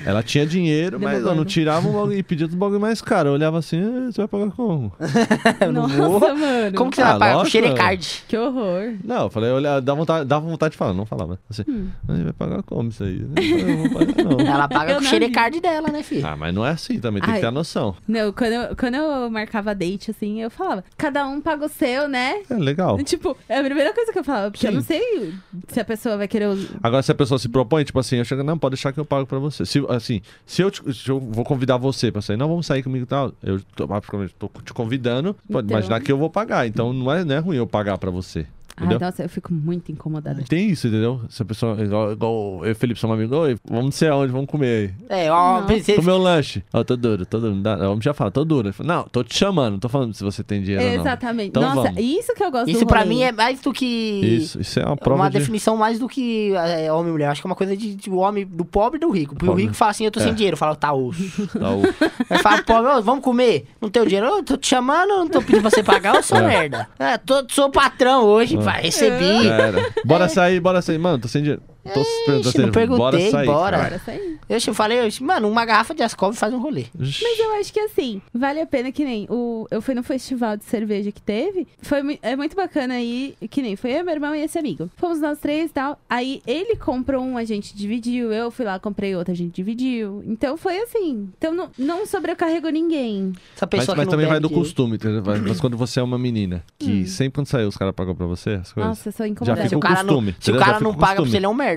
C: Ela tinha dinheiro, mas ela não
B: Demorando.
C: tirava um bagulho e pedia dos bagulho mais caro. Eu olhava assim, "Ah, você vai pagar como?
A: não
B: Nossa,
A: vou.
B: mano.
A: Como que você
C: Ah,
A: vai pagar? Com
C: lógico.
A: xerecard.
B: Que horror.
C: Não, eu falei, olha, dá vontade, dá vontade de falar, não falava. Assim,
B: Hum.
C: "Ah, vai pagar como isso aí? Eu falei, "Eu não vou pagar, não.
A: Ela paga
B: Eu
A: com o
B: não
A: xerecard dela, né, filho?
C: Ah, mas não é assim também, tem
B: Ai.
C: que ter a noção.
B: Não, quando eu, quando eu marcava date, assim, eu falava, cada um paga o seu, né?
C: É legal.
B: Tipo, é a primeira coisa que eu falava, porque eu
C: Sim.
B: não sei se a pessoa vai querer. us-
C: Agora, se a pessoa se propõe, tipo assim, eu chego, não, pode deixar que eu pago pra você. Se, assim, se eu, te- se eu vou convidar você pra sair, não, vamos sair comigo e tal, eu ah, tô, praticamente tô te convidando, pode
B: Então.
C: imaginar que eu vou pagar. Então, não é, não é ruim eu pagar pra você.
B: Ai, Ah,
C: Entendeu?
B: nossa, eu fico muito incomodada.
C: Tem isso, entendeu? Se a pessoa, igual, igual eu e o Felipe somos amigos, "Oi, vamos não sei aonde, vamos comer aí.
A: É, ó,
B: Não.
A: pensei.
C: Comeu o lanche. Ó, tô duro, tô duro. não dá- O homem já fala, tô duro. Ele fala, não, tô te chamando, não tô falando se você tem dinheiro ou não.
B: Exatamente.
C: Então
B: nossa,
C: vamos.
B: isso que eu gosto
A: Isso
B: do
A: pra
B: rolê.
A: mim é mais do que.
C: Isso, isso é uma prova
A: uma
C: de...
A: definição mais do que é, homem e mulher. Acho que é uma coisa de, de homem, do pobre e do rico. Porque o
C: Pobre.
A: rico fala assim, eu tô sem
C: É.
A: dinheiro. Fala, tá osso.
C: Tá, o-
A: Aí fala, pro pobre, ô, vamos comer. Não tem o dinheiro. Eu tô te chamando, não tô pedindo pra você pagar, eu sou
C: É.
A: merda. É, tô, sou patrão hoje, vai, recebi.
C: Já era. Bora sair, bora sair. Mano, tô sem dinheiro. Tô se perguntando
A: É. Ixi,
C: se-
A: não perguntei, bora.
C: cara.
B: Bora sair.
A: Eu che- falei, eu, che- mano, uma garrafa de Ascov faz um rolê.
C: Ixi,
B: Mas eu acho que assim, vale a pena que nem o, eu fui no festival de cerveja que teve. Foi mui- é muito bacana aí, que nem foi eu, meu irmão e esse amigo. Fomos nós três e tal. Aí ele comprou um, a gente dividiu. Eu fui lá, comprei outro, a gente dividiu. Então foi assim. Então não, não sobrecarregou ninguém.
A: Essa
C: Mas,
A: pessoa que
C: mas
A: não Hum.
C: também vai do
A: bebe direito.
C: costume, entendeu? Vai- Mas quando você é uma menina, que sempre quando saiu os caras pagam pra você as coisas.
B: Nossa, eu sou
C: Já
B: incomodada.
A: É, Se
C: fica
A: o
C: o
A: cara não-
C: costume.
A: Se o
C: entendeu? Já
A: cara
C: fica
A: não paga pra
C: costume.
A: você, ele é um merda.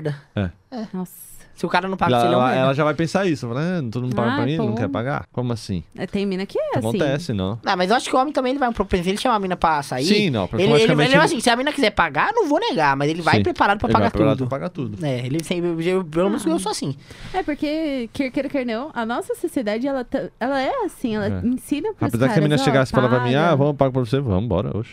B: Nossa.
A: Se o cara não paga pra você,
C: Ela,
A: ele é um
C: ela,
A: merda.
C: ela já vai pensar isso. Falando, ah, tu não paga
B: Ah,
C: pra mim, não
B: bom.
C: quer pagar? Como assim?
B: É, Tem mina que é assim.
C: Acontece, não.
A: Ah, mas eu acho que o homem também ele vai um pouco. Se ele chama a mina pra sair.
C: Sim, não,
A: Ele, ele, ele,
C: automaticamente
A: é assim, se a mina quiser pagar, não vou negar, mas ele vai
C: Sim.
A: preparado pra
C: ele
A: pagar
C: vai pra lá, tu
A: tudo.
C: paga tudo.
A: É, ele sempre. eu- pelo menos eu sou assim.
B: É porque, quer queira, quer não, a nossa sociedade, ela, tá- ela é assim, ela
C: É.
B: ensina pros
C: Apesar que a menina
B: caras, ó,
C: chegasse e falar pra mim,
B: para.
C: ah, vamos, eu pago pra você, vamos, bora, oxe.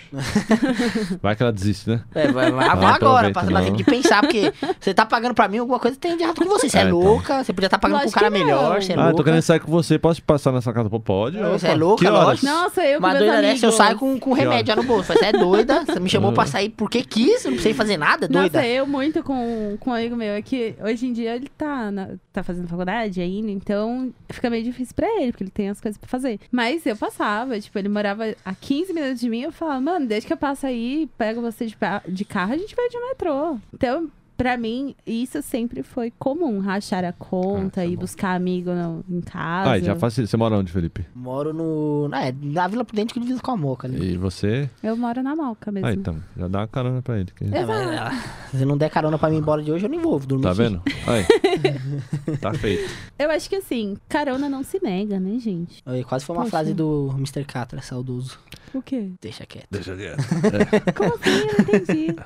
C: vai que ela desiste, né?
A: É, vai, vai
C: Ah,
A: agora,
C: aproveita,
A: passa ela tem
C: não.
A: que pensar, porque você tá pagando pra mim alguma coisa, tem de errado com você. Você é,
C: É, então.
A: louca, você podia estar pagando pra um
B: Lógico
A: cara
B: que não.
A: melhor, você é
C: ah, eu
A: louca.
C: tô querendo sair com você, posso te passar na sua casa? Pô, Pode?
A: Ah, você
C: Opa,
A: é louca,
C: que horas?
A: lógico.
B: Nossa, eu com
A: Uma
B: meus
A: doida
B: amigos.
A: dessa, né? eu saio com, com remédio já no bolso. Você é doida, você me chamou
C: Ah.
A: pra sair porque quis, eu não sei fazer nada, doida.
B: Nossa, eu muito com, com um amigo meu. É que hoje em dia ele tá, na- tá fazendo faculdade ainda, então fica meio difícil pra ele, porque ele tem as coisas pra fazer. Mas eu passava, tipo, ele morava a 15 minutos de mim, eu falava, mano, desde que eu passo aí, pego você de, pa- de carro, a gente vai de metrô. Então, pra mim, isso sempre foi comum, rachar a conta
C: Ah, tá
B: e
C: bom.
B: buscar amigo no- em casa.
C: Ah, já facilita. Você mora onde, Felipe?
A: Moro no. Ah, é, na Vila Prudente que eu divido com a moca ali.
C: E você?
B: Eu moro na Malca mesmo.
C: Ah, então, já dá uma carona pra ele. que-
A: É, mas, ah, se não der carona pra mim embora de hoje, eu não envolvo. Dormir
C: Tá
A: aqui.
C: vendo? Aí. tá feito.
B: Eu acho que assim, carona não se nega, né, gente?
A: Aí, quase foi uma
B: Poxa.
A: frase do Mr. Catra, saudoso.
B: O quê?
A: Deixa quieto.
C: Deixa quieto.
B: Como assim? Eu não entendi.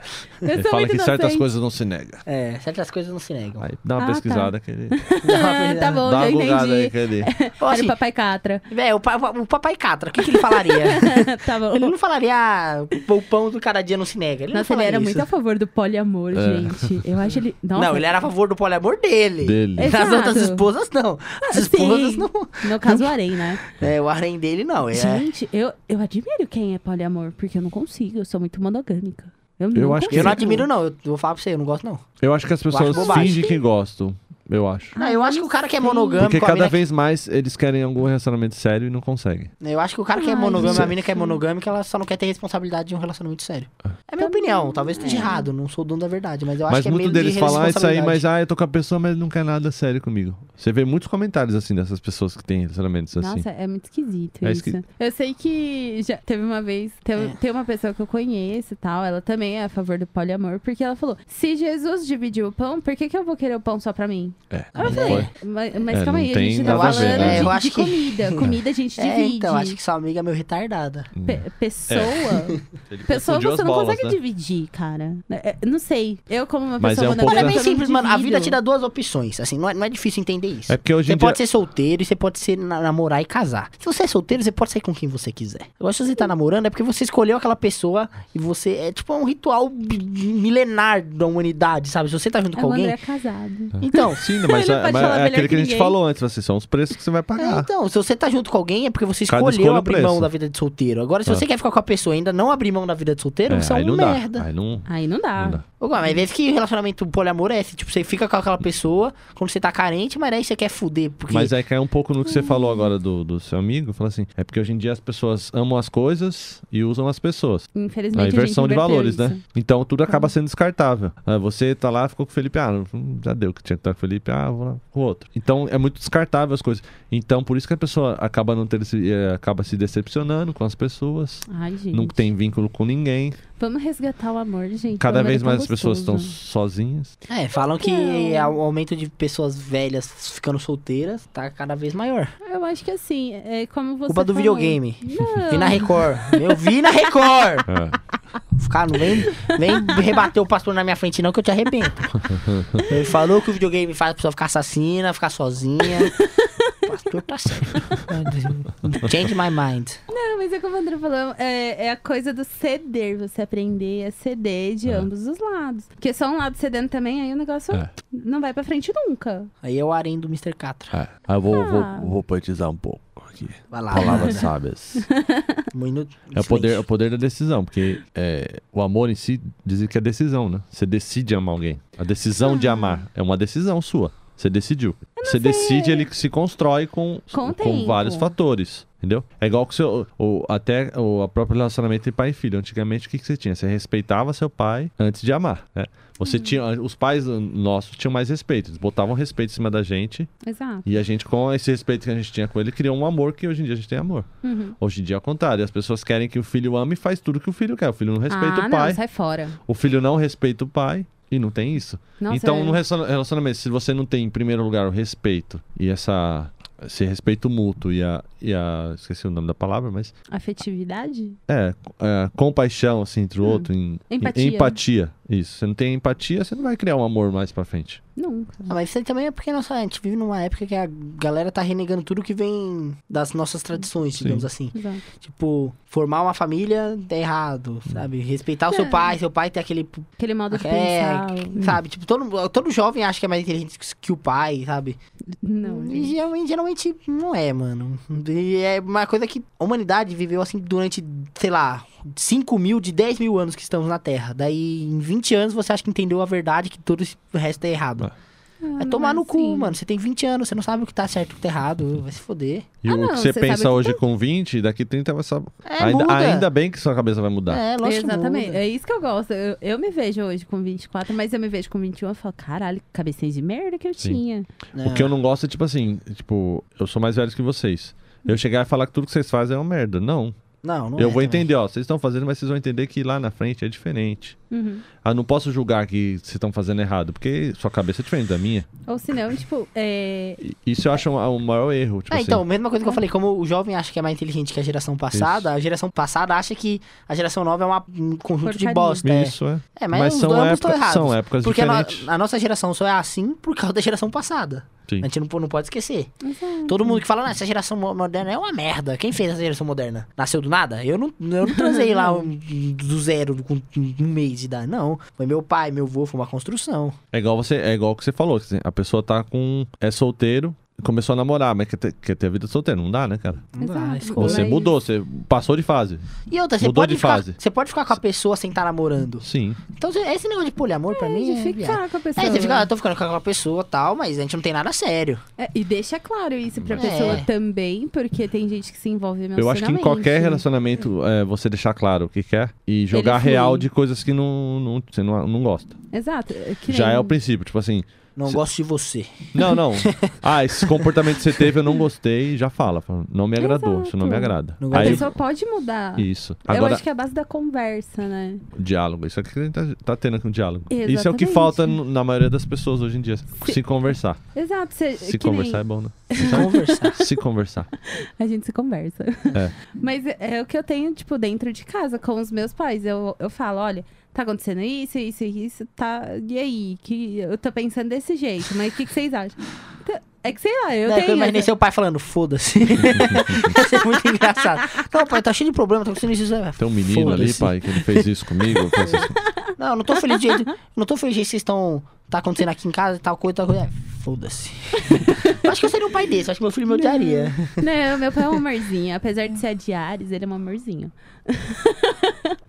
B: Eu
C: Ele
B: sou
C: fala
B: muito
C: que certas
B: inocente.
C: coisas não se nega.
A: É, certas coisas não se negam.
C: Aí dá uma
B: Ah,
C: pesquisada que ele.
B: Ah, tá bom,
C: dá uma
B: já
C: bugada aí que
B: entendi.
C: ele.
A: Ô,
B: Era
A: assim,
B: o papai Catra.
A: É, o, pa- o papai Catra, o que, que ele falaria?
B: tá bom.
A: ele não falaria, ah, o pão do cada dia não se nega. Ele
B: Nossa,
A: não
B: ele
A: falaria
B: era
A: isso. É.
B: muito a favor do poliamor, gente. Eu acho ele. Nossa,
A: Não, ele era a favor do poliamor dele.
C: Dele.
A: As
B: Exato.
A: outras esposas, não. As esposas,
B: Sim.
A: não.
B: No caso, o Arém, né?
A: É, o harém dele, não. É.
B: Gente, eu, eu admiro quem é poliamor, porque eu não consigo. Eu sou muito monogâmica. Eu, não
C: acho que-
B: consigo.
A: Eu não admiro, não. Eu vou falar pra você, eu não gosto, não.
C: Eu acho que as pessoas
A: bobagem.
C: fingem que gostam. Eu acho.
B: Ah,
A: Não, eu acho que o cara que é monogâmico,
C: Porque
A: a mina
C: cada vez mais eles querem algum relacionamento sério e não conseguem.
A: Eu acho que o cara que é
B: Ai,
A: monogâmico, a
B: gente.
A: mina que é monogâmica, ela só não quer ter responsabilidade de um relacionamento sério. É a minha opinião, talvez esteja
B: é.
A: errado, não sou dono da verdade, mas eu acho
C: Mas
A: que é
C: muito
A: meio
C: deles
A: de
C: falam "Ah, isso aí,
A: responsabilidade.
C: mas ah, eu tô com a pessoa, mas não quer nada sério comigo. Você vê muitos comentários assim dessas pessoas que têm relacionamentos assim.
B: Nossa, é muito esquisito
C: É
B: isso.
C: esqui-
B: Eu sei que já teve uma vez, teve-
A: É.
B: tem uma pessoa que eu conheço e tal, ela também é a favor do poliamor, porque ela falou: se Jesus dividiu o pão, por que, que eu vou querer o pão só pra mim?
C: É.
A: Mas
C: não
A: é.
C: foi.
B: Mas, mas
C: É,
B: calma
C: não
B: aí, a
C: tem
B: gente tá
A: nada a ver,
B: falando
A: né?
B: de,
A: Eu
B: de
A: acho que-
B: comida. Comida a gente
A: É,
B: divide.
A: então, acho que sua amiga é meio retardada.
B: Pe- pessoa.
C: Ele
B: Pessoa
C: confundiu
B: você não
C: Hum. É. as bolas,
B: consegue
C: né?
B: dividir, cara. É, é, Não sei. Eu, como uma
C: Mas
B: pessoa
C: é um pouco
A: Olha, é
B: monogâmica,
A: bem
B: eu não
A: simples, mano. A vida é
B: divido.
A: te dá duas opções. Assim, não é, não é difícil entender isso.
C: É porque hoje
A: Você
C: em dia...
A: pode ser solteiro e você pode ser na- namorar e casar. Se você é solteiro, você pode sair com quem você quiser. Agora, se você tá namorando, é porque você escolheu aquela pessoa e você. É tipo um ritual bi- milenar da humanidade, sabe? Se você tá junto
B: É
A: com
B: o
A: alguém.
B: André casado.
A: Então,
C: Sim, mas,
B: Ele
C: é,
B: pode
C: mas
B: falar
C: é
B: melhor
C: aquele que
B: que
C: a gente
B: ninguém.
C: falou antes, assim, são os preços que você vai
A: É,
C: pagar.
A: então, se você tá junto com alguém é porque você
C: Cada
A: escolheu
C: escolha um
A: abrir
C: preço.
A: mão da vida de solteiro. Agora, se
C: É.
A: você quer ficar com a pessoa e ainda não abrir mão da vida de solteiro,
C: É,
A: você é
C: aí
A: um
C: não
A: merda.
C: dá. Aí não,
B: Aí não dá.
C: não dá.
A: Agora, mas vezes que o relacionamento poliamor é esse, tipo, você fica com aquela pessoa quando você tá carente, mas aí você quer fuder, porque...
C: Mas aí cai um pouco no que
B: Hum.
C: você falou agora do, do seu amigo. Fala assim, é porque hoje em dia as pessoas amam as coisas e usam as pessoas.
B: Infelizmente,
C: A
B: a
C: inversão
B: gente
C: de
B: inverteu
C: valores,
B: isso.
C: né? Então tudo acaba sendo descartável. Ah, Você tá lá, ficou com o Felipe, ah, não- já deu que tinha que estar com o Felipe, ah, vou lá com o outro. Então é muito descartável as coisas. Então por isso que a pessoa acaba não ter esse- eh, acaba se decepcionando com as pessoas,
B: Ai, gente.
C: não tem vínculo com ninguém.
B: Vamos resgatar o amor, gente. O
C: Cada
B: amor é
C: vez
B: tão
C: mais as pessoas
B: gostoso.
C: estão sozinhas.
A: É, falam que
B: Não.
A: a- o aumento de pessoas velhas ficando solteiras tá cada vez maior.
B: Eu acho que assim, é como você.
A: Culpa do
B: falou.
A: videogame.
B: Não.
A: Vi na Record. Eu vi na Record!
C: É.
A: Cara, não vem, vem rebater o pastor na minha frente, não, que eu te arrebento. Ele falou que o videogame faz a pessoa ficar assassina, ficar sozinha. O pastor tá certo. Change my mind.
B: Não, mas é como o André falou, é, é a coisa do ceder, você aprender a ceder de ambos os lados. Porque só um lado cedendo também, aí o negócio
D: É.
B: não vai pra frente nunca.
A: Aí é o harém do Mr. Catra.
D: É. Ah, eu vou,
B: Ah.
D: vou, vou poetizar um pouco aqui.
A: Vai lá.
D: Palavras sábias.
A: Um minuto.
C: É o poder, é o poder da decisão, porque é, o amor em si dizem que é decisão, né? Você decide amar alguém. A decisão
B: Ah.
C: de amar é uma decisão sua. Você decidiu. Você decide, ele se constrói com,
B: Com o tempo.
C: vários fatores. Entendeu? É igual que o seu. O, até o a próprio relacionamento entre pai e filho. Antigamente, o que, que você tinha? Você respeitava seu pai antes de amar. Né? Você
B: Hum.
C: tinha. Os pais nossos tinham mais respeito. Eles botavam respeito em cima da gente.
B: Exato.
C: E a gente, com esse respeito que a gente tinha com ele, criou um amor que hoje em dia a gente tem amor.
B: Uhum.
C: Hoje em dia é o contrário. As pessoas querem que o filho ame e faz tudo que o filho quer. O filho não respeita
B: ah,
C: o pai.
B: não, sai fora.
C: O filho não respeita o pai. E não tem isso.
B: Nossa,
C: então,
B: é-
C: no relaciona- relacionamento, se você não tem, em primeiro lugar, o respeito e essa. Esse respeito mútuo e a, e a. Esqueci o nome da palavra, mas.
B: Afetividade?
C: É, é, compaixão, assim, entre o outro. em- em-
B: Hum. Empatia.
C: empatia. Isso. Você não tem empatia, você não vai criar um amor mais pra frente.
B: Nunca.
A: Ah, mas isso aí também é porque nossa, a gente vive numa época que a galera tá renegando tudo que vem das nossas tradições, digamos assim.
B: Exato.
A: Tipo, formar uma família é errado,
C: Hum.
A: sabe? Respeitar o
B: É.
A: seu pai, seu pai tem aquele.
B: Aquele modo de
A: É,
B: pensar.
C: Hum.
A: sabe? Tipo, todo, todo jovem acha que é mais inteligente que- que o pai, sabe?
B: Não,
A: E
B: gente.
A: geralmente, geralmente não é, mano. E é uma coisa que a humanidade viveu assim durante, sei lá, 5 mil, de 10 mil anos que estamos na Terra. Daí, em 20 anos, você acha que entendeu a verdade, que todo esse- o resto é errado.
B: Ah,
A: É
B: não
A: tomar no
B: assim.
A: cu, mano. Você tem 20 anos, você não sabe o que tá certo e o que tá errado. Vai se foder.
C: E
B: Ah,
C: o
B: não,
C: que você,
B: você sabe
C: pensa
B: que
C: hoje com 20, daqui 30 vai saber.
A: É,
C: ainda,
A: muda.
C: ainda bem que sua cabeça vai mudar.
A: É, lógico
B: Exatamente.
A: que muda.
B: É isso que eu gosto. Eu, eu me vejo hoje com 24, mas eu me vejo com 21 e falo, caralho, que cabecinha de merda que eu
C: Sim.
B: tinha.
A: É.
C: O que eu não gosto é tipo assim, tipo, eu sou mais velho que vocês. Eu chegar e falar que tudo que vocês fazem é uma merda. Não.
A: Não, não
C: eu
A: é
C: vou
A: também.
C: entender, ó, vocês estão fazendo, mas vocês vão entender que lá na frente é diferente.
B: Uhum.
C: Ah, não posso julgar que vocês estão fazendo errado, porque sua cabeça é diferente da minha.
B: Ou senão, tipo, é...
C: E Isso eu acho um- o maior erro. Tipo
A: Ah,
C: assim,
A: então, mesma coisa que eu falei, como o jovem acha que é mais inteligente que a geração passada, a geração passada acha que a geração nova é uma- um conjunto de
B: Porcaria.
A: bosta. é.
C: Isso é.
A: É,
C: Mas
A: os
C: são
A: ambos estão
C: época-
A: errados.
C: são épocas
A: Porque a no-
C: diferentes.
A: a nossa geração só é assim por causa da geração passada.
C: Sim.
A: A gente não, po- não pode esquecer. Todo mundo que fala, "Ah, essa geração mo- moderna é uma merda. Quem fez essa geração moderna? Nasceu do nada? Eu não, eu não transei lá um- do zero com um mês de idade. Não. Foi meu pai, meu avô, foi uma construção.
C: É igual você, é igual que você falou, que assim, a pessoa tá com é solteiro, começou a namorar, mas quer ter, quer ter a vida solteira, não dá, né, cara?
A: Não dá,
B: Exato.
A: né? Escolha.
B: Mas-
C: Você mudou, você passou de fase.
A: E outra, você
C: Mudou
A: pode,
C: de
A: ficar,
C: fase.
A: você pode ficar com a pessoa sem estar namorando.
C: Sim.
A: Então, cê- esse negócio de poliamor, pra mim,
B: de
A: é... viado.
B: ficar né? com a pessoa.
A: É, você fica, ah, eu tô ficando com aquela pessoa e tal, mas a gente não tem nada sério.
B: É, e deixa claro isso pra
A: É.
B: pessoa também, porque tem gente que se envolve emocionalmente.
C: Eu acho que em qualquer relacionamento é, você deixar claro o que quer e jogar
B: flui.
C: real de coisas que não, não, você não, não gosta.
B: Exato. é que
C: Já
B: nem-
C: é o princípio, tipo assim,
A: Não
C: Cê-
A: gosto de você.
C: não, não. ah, esse comportamento que você teve eu não gostei, já fala. fala, Não me agradou, isso não me
B: Exato.
C: agrada.
A: Não
B: A
A: Aí-
B: pessoa pode mudar.
C: Isso.
B: Eu
C: Agora,
B: acho que é a base da conversa, né?
C: diálogo. Isso aqui que a gente tá, tá tendo aqui um diálogo. Isso é o que
B: Exatamente.
C: falta no- na maioria das pessoas hoje em dia. Se, conversar.
B: Exato. Você,
C: Se
B: que nem-
C: conversar é bom, né?
A: Então, Conversar.
C: Se conversar.
B: A gente se conversa. Mas é, é o que eu tenho, tipo, dentro de casa com os meus pais. Eu, eu falo, olha, tá acontecendo isso, isso, isso, tá. E aí? Que eu tô pensando desse jeito, mas o que, que vocês acham? Então, É que sei lá, eu
A: Não, é que
B: tenho.
A: eu imaginei seu pai falando, foda-se. Isso é muito engraçado. Não, pai, tá cheio de problema, tá acontecendo isso. né?
C: Tem um menino ali,
A: Foda-se.
C: pai, que ele fez isso comigo. fez isso-
A: Não, eu não tô feliz de jeito. eu Não tô feliz de jeito que vocês estão. Tá acontecendo aqui em casa, tal coisa, tal coisa. É, foda-se. Eu acho que eu seria um pai desse, eu acho que meu filho me odiaria.
B: Não, meu pai é um amorzinho. Apesar de ser de Ares, ele é um amorzinho.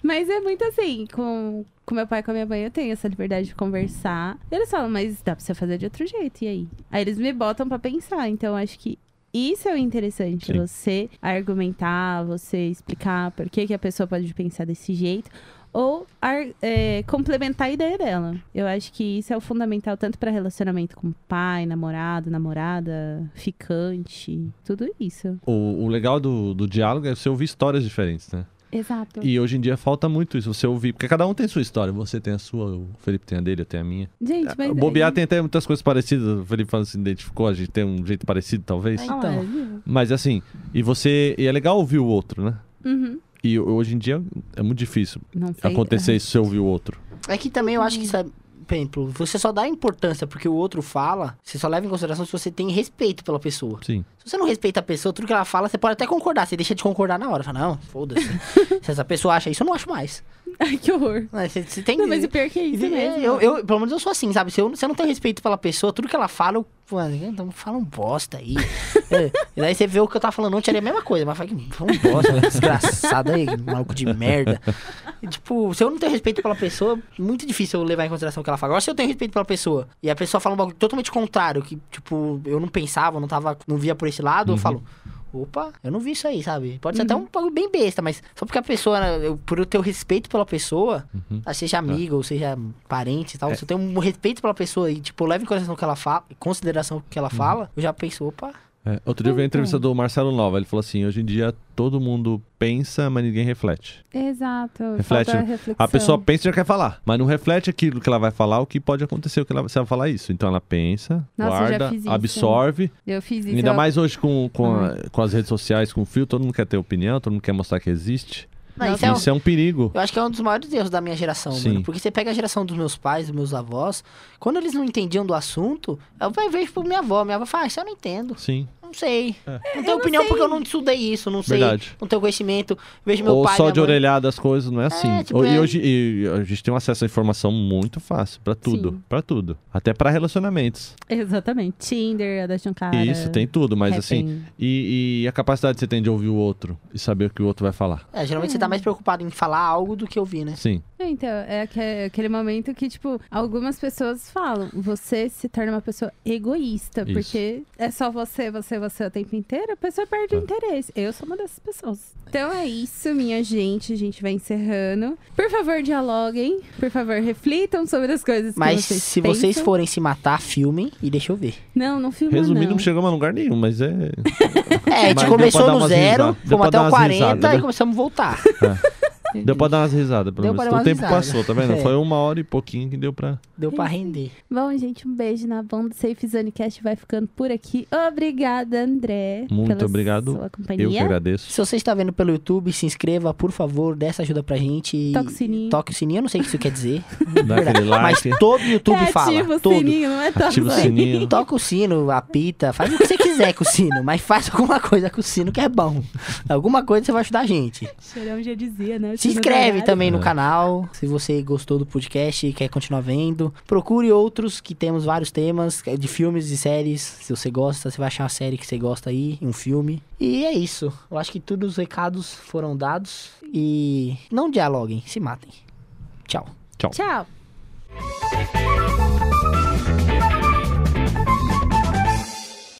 B: mas é muito assim, com, com meu pai e com a minha mãe eu tenho essa liberdade de conversar. Eles falam, mas dá pra você fazer de outro jeito, e aí? Aí eles me botam pra pensar, então acho que isso é o interessante,
C: Sim.
B: você argumentar, você explicar por que, que a pessoa pode pensar desse jeito. Ou ar- é, complementar a ideia dela. Eu acho que isso é o fundamental tanto para relacionamento com pai, namorado, namorada, ficante, tudo isso.
C: O, o legal do, do diálogo é você ouvir histórias diferentes, né?
B: Exato.
C: E hoje em dia falta muito isso, você ouvir. Porque cada um tem sua história. Você tem a sua, o Felipe tem a dele, eu tenho a minha.
B: Gente, mas. é
C: O ah, Bobear tem até muitas coisas parecidas. O Felipe falando se identificou, a gente tem um jeito parecido, talvez.
A: Ai.
B: Ah,
A: então.
B: viu?
C: Mas assim, e você. E é legal ouvir o outro, né?
B: Uhum.
C: E hoje em dia é muito difícil
B: Não sei.
C: acontecer isso se eu ouvir o outro.
A: É que também eu acho que isso é. Por exemplo, você só dá importância porque o outro fala, você só leva em consideração se você tem respeito pela pessoa.
C: Sim.
A: Se você não respeita a pessoa, tudo que ela fala, você pode até concordar, você deixa de concordar na hora. Fala, não, foda-se. se essa pessoa acha isso, eu não acho mais.
B: Ai, que horror.
A: Mas Você, você tem
B: Não, mas o pior que é isso
A: É,
B: mesmo.
A: Eu, eu- pelo menos eu sou assim, sabe? Se eu, se eu não tenho respeito pela pessoa, tudo que ela fala, eu. Mano, então fala um bosta aí. é, e daí você vê o que eu tava falando ontem, era a mesma coisa, mas fala que fala um bosta, um desgraçado aí, maluco de merda. E, tipo, se eu não tenho respeito pela pessoa, muito difícil eu levar em consideração o que ela fala. Agora, se eu tenho respeito pela pessoa e a pessoa fala um bagulho totalmente contrário, que, tipo, eu não pensava, não tava, não via por esse lado, eu falo. Opa, eu não vi isso aí, sabe? Pode ser até um bagulho bem besta, mas só porque a pessoa, né, eu- por eu ter o respeito pela pessoa,
C: Uhum.
A: ah, seja amigo ou seja parente e tal, se eu tenho um respeito pela pessoa e, tipo, leva em consideração o que ela fala, consideração o que ela fala, eu já penso, opa,
C: É, outro dia eu vi a entrevista do Marcelo Nova. Ele falou assim: hoje em dia todo mundo pensa, mas ninguém reflete.
B: Exato.
C: Reflete.
B: Falta reflexão.
C: A pessoa pensa e já quer falar, mas não reflete aquilo que ela vai falar, o que pode acontecer, o que ela se ela falar isso. Então ela pensa,
B: Nossa, eu já
C: guarda,
B: fiz isso.
C: absorve.
B: Eu fiz isso.
C: Ainda
B: eu-
C: mais hoje com, com, a- com as redes sociais, com o fio, todo mundo quer ter opinião, todo mundo quer mostrar que existe.
A: não,
B: Nossa.
A: isso é um-
C: Isso é um perigo.
A: eu acho que é um dos maiores erros da minha geração,
C: Sim.
A: mano. Porque você pega a geração dos meus pais, dos meus avós, quando eles não entendiam do assunto, eu vai- vejo por minha avó, minha avó fala, ah, isso eu não entendo,
C: Sim.
A: não sei. Não
B: eu
A: tenho
B: não
A: opinião
B: sei.
A: porque eu não estudei isso, não sei,
C: É. Verdade.
A: não tenho conhecimento. Vejo meu
C: Ou
A: pai,
C: só
A: minha
C: de
A: mãe-
C: orelhada as coisas, não é assim.
A: tipo,
C: e
A: é-
C: hoje e a gente tem um acesso à informação muito fácil, pra tudo,
B: Sim.
C: Pra tudo. Até pra relacionamentos.
B: Exatamente. Tinder, um a da Shankara.
C: E isso tem tudo, mas assim,
B: Happn.
C: e, e a capacidade que você tem de ouvir o outro e saber o que o outro vai falar.
A: É, geralmente você tá mais preocupado em falar algo do que ouvir, né?
C: Sim.
B: É, Então, é aque- aquele momento que, tipo, algumas pessoas falam, você se torna uma pessoa egoísta,
C: Isso.
B: porque é só você, você, você o tempo inteiro, a pessoa perde
C: Tá.
B: o interesse. Eu sou uma dessas pessoas. Então é isso, minha gente. A gente vai encerrando. Por favor, dialoguem. Por favor, reflitam sobre as coisas
A: Mas
B: que vocês
A: se
B: pensam.
A: vocês forem se matar, filmem e deixa eu ver.
B: Não, não
A: Ah,
B: filma,
C: Resumindo,
B: não.
C: não chegamos a lugar nenhum, mas é.
A: É, a
C: Mas
A: gente
C: deu pra
A: começou
C: dar
A: no
C: umas
A: zero,
C: risada-
A: fomos
C: deu pra
A: até o
C: dar umas
A: 40
C: risadas,
A: e
C: né?
A: começamos a voltar.
C: Deu pra dar umas risadas, pelo
A: Deu
C: menos.
A: pra dar
C: Então, o
A: umas
C: tempo
A: risadas.
C: passou, tá vendo?
A: É.
C: Foi uma hora e pouquinho que deu pra.
A: Deu pra render.
B: Bom, gente, um beijo na banda. Safe Zone Cast vai ficando por aqui. Obrigada, André.
C: Muito
B: pela
C: obrigado.
B: Sua
A: é?
C: Eu que
B: companhia.
C: agradeço.
A: Se você está vendo pelo YouTube, se inscreva, por favor, dê essa ajuda pra gente. e-
B: Toca o sininho.
A: Toque o sininho, eu não sei o que isso quer dizer.
C: Dá aquele
A: Mas
C: like,
A: todo YouTube
B: É,
A: fala.
B: ativa o
A: todo.
B: sininho, não é top.
C: ativa o sininho.
A: Toca o sino, apita, faz o que você quiser com o sino, mas faz alguma coisa com o sino que é bom. Alguma coisa você vai ajudar a gente.
B: Cheirão já dizia, né?
A: Se inscreve também
C: É.
A: no canal, se você gostou do podcast e quer continuar vendo. Procure outros que temos vários temas é de filmes e séries. Se você gosta, você vai achar uma série que você gosta aí, um filme. E é isso. Eu acho que todos os recados foram dados. E não dialoguem, se matem. Tchau.
B: Tchau.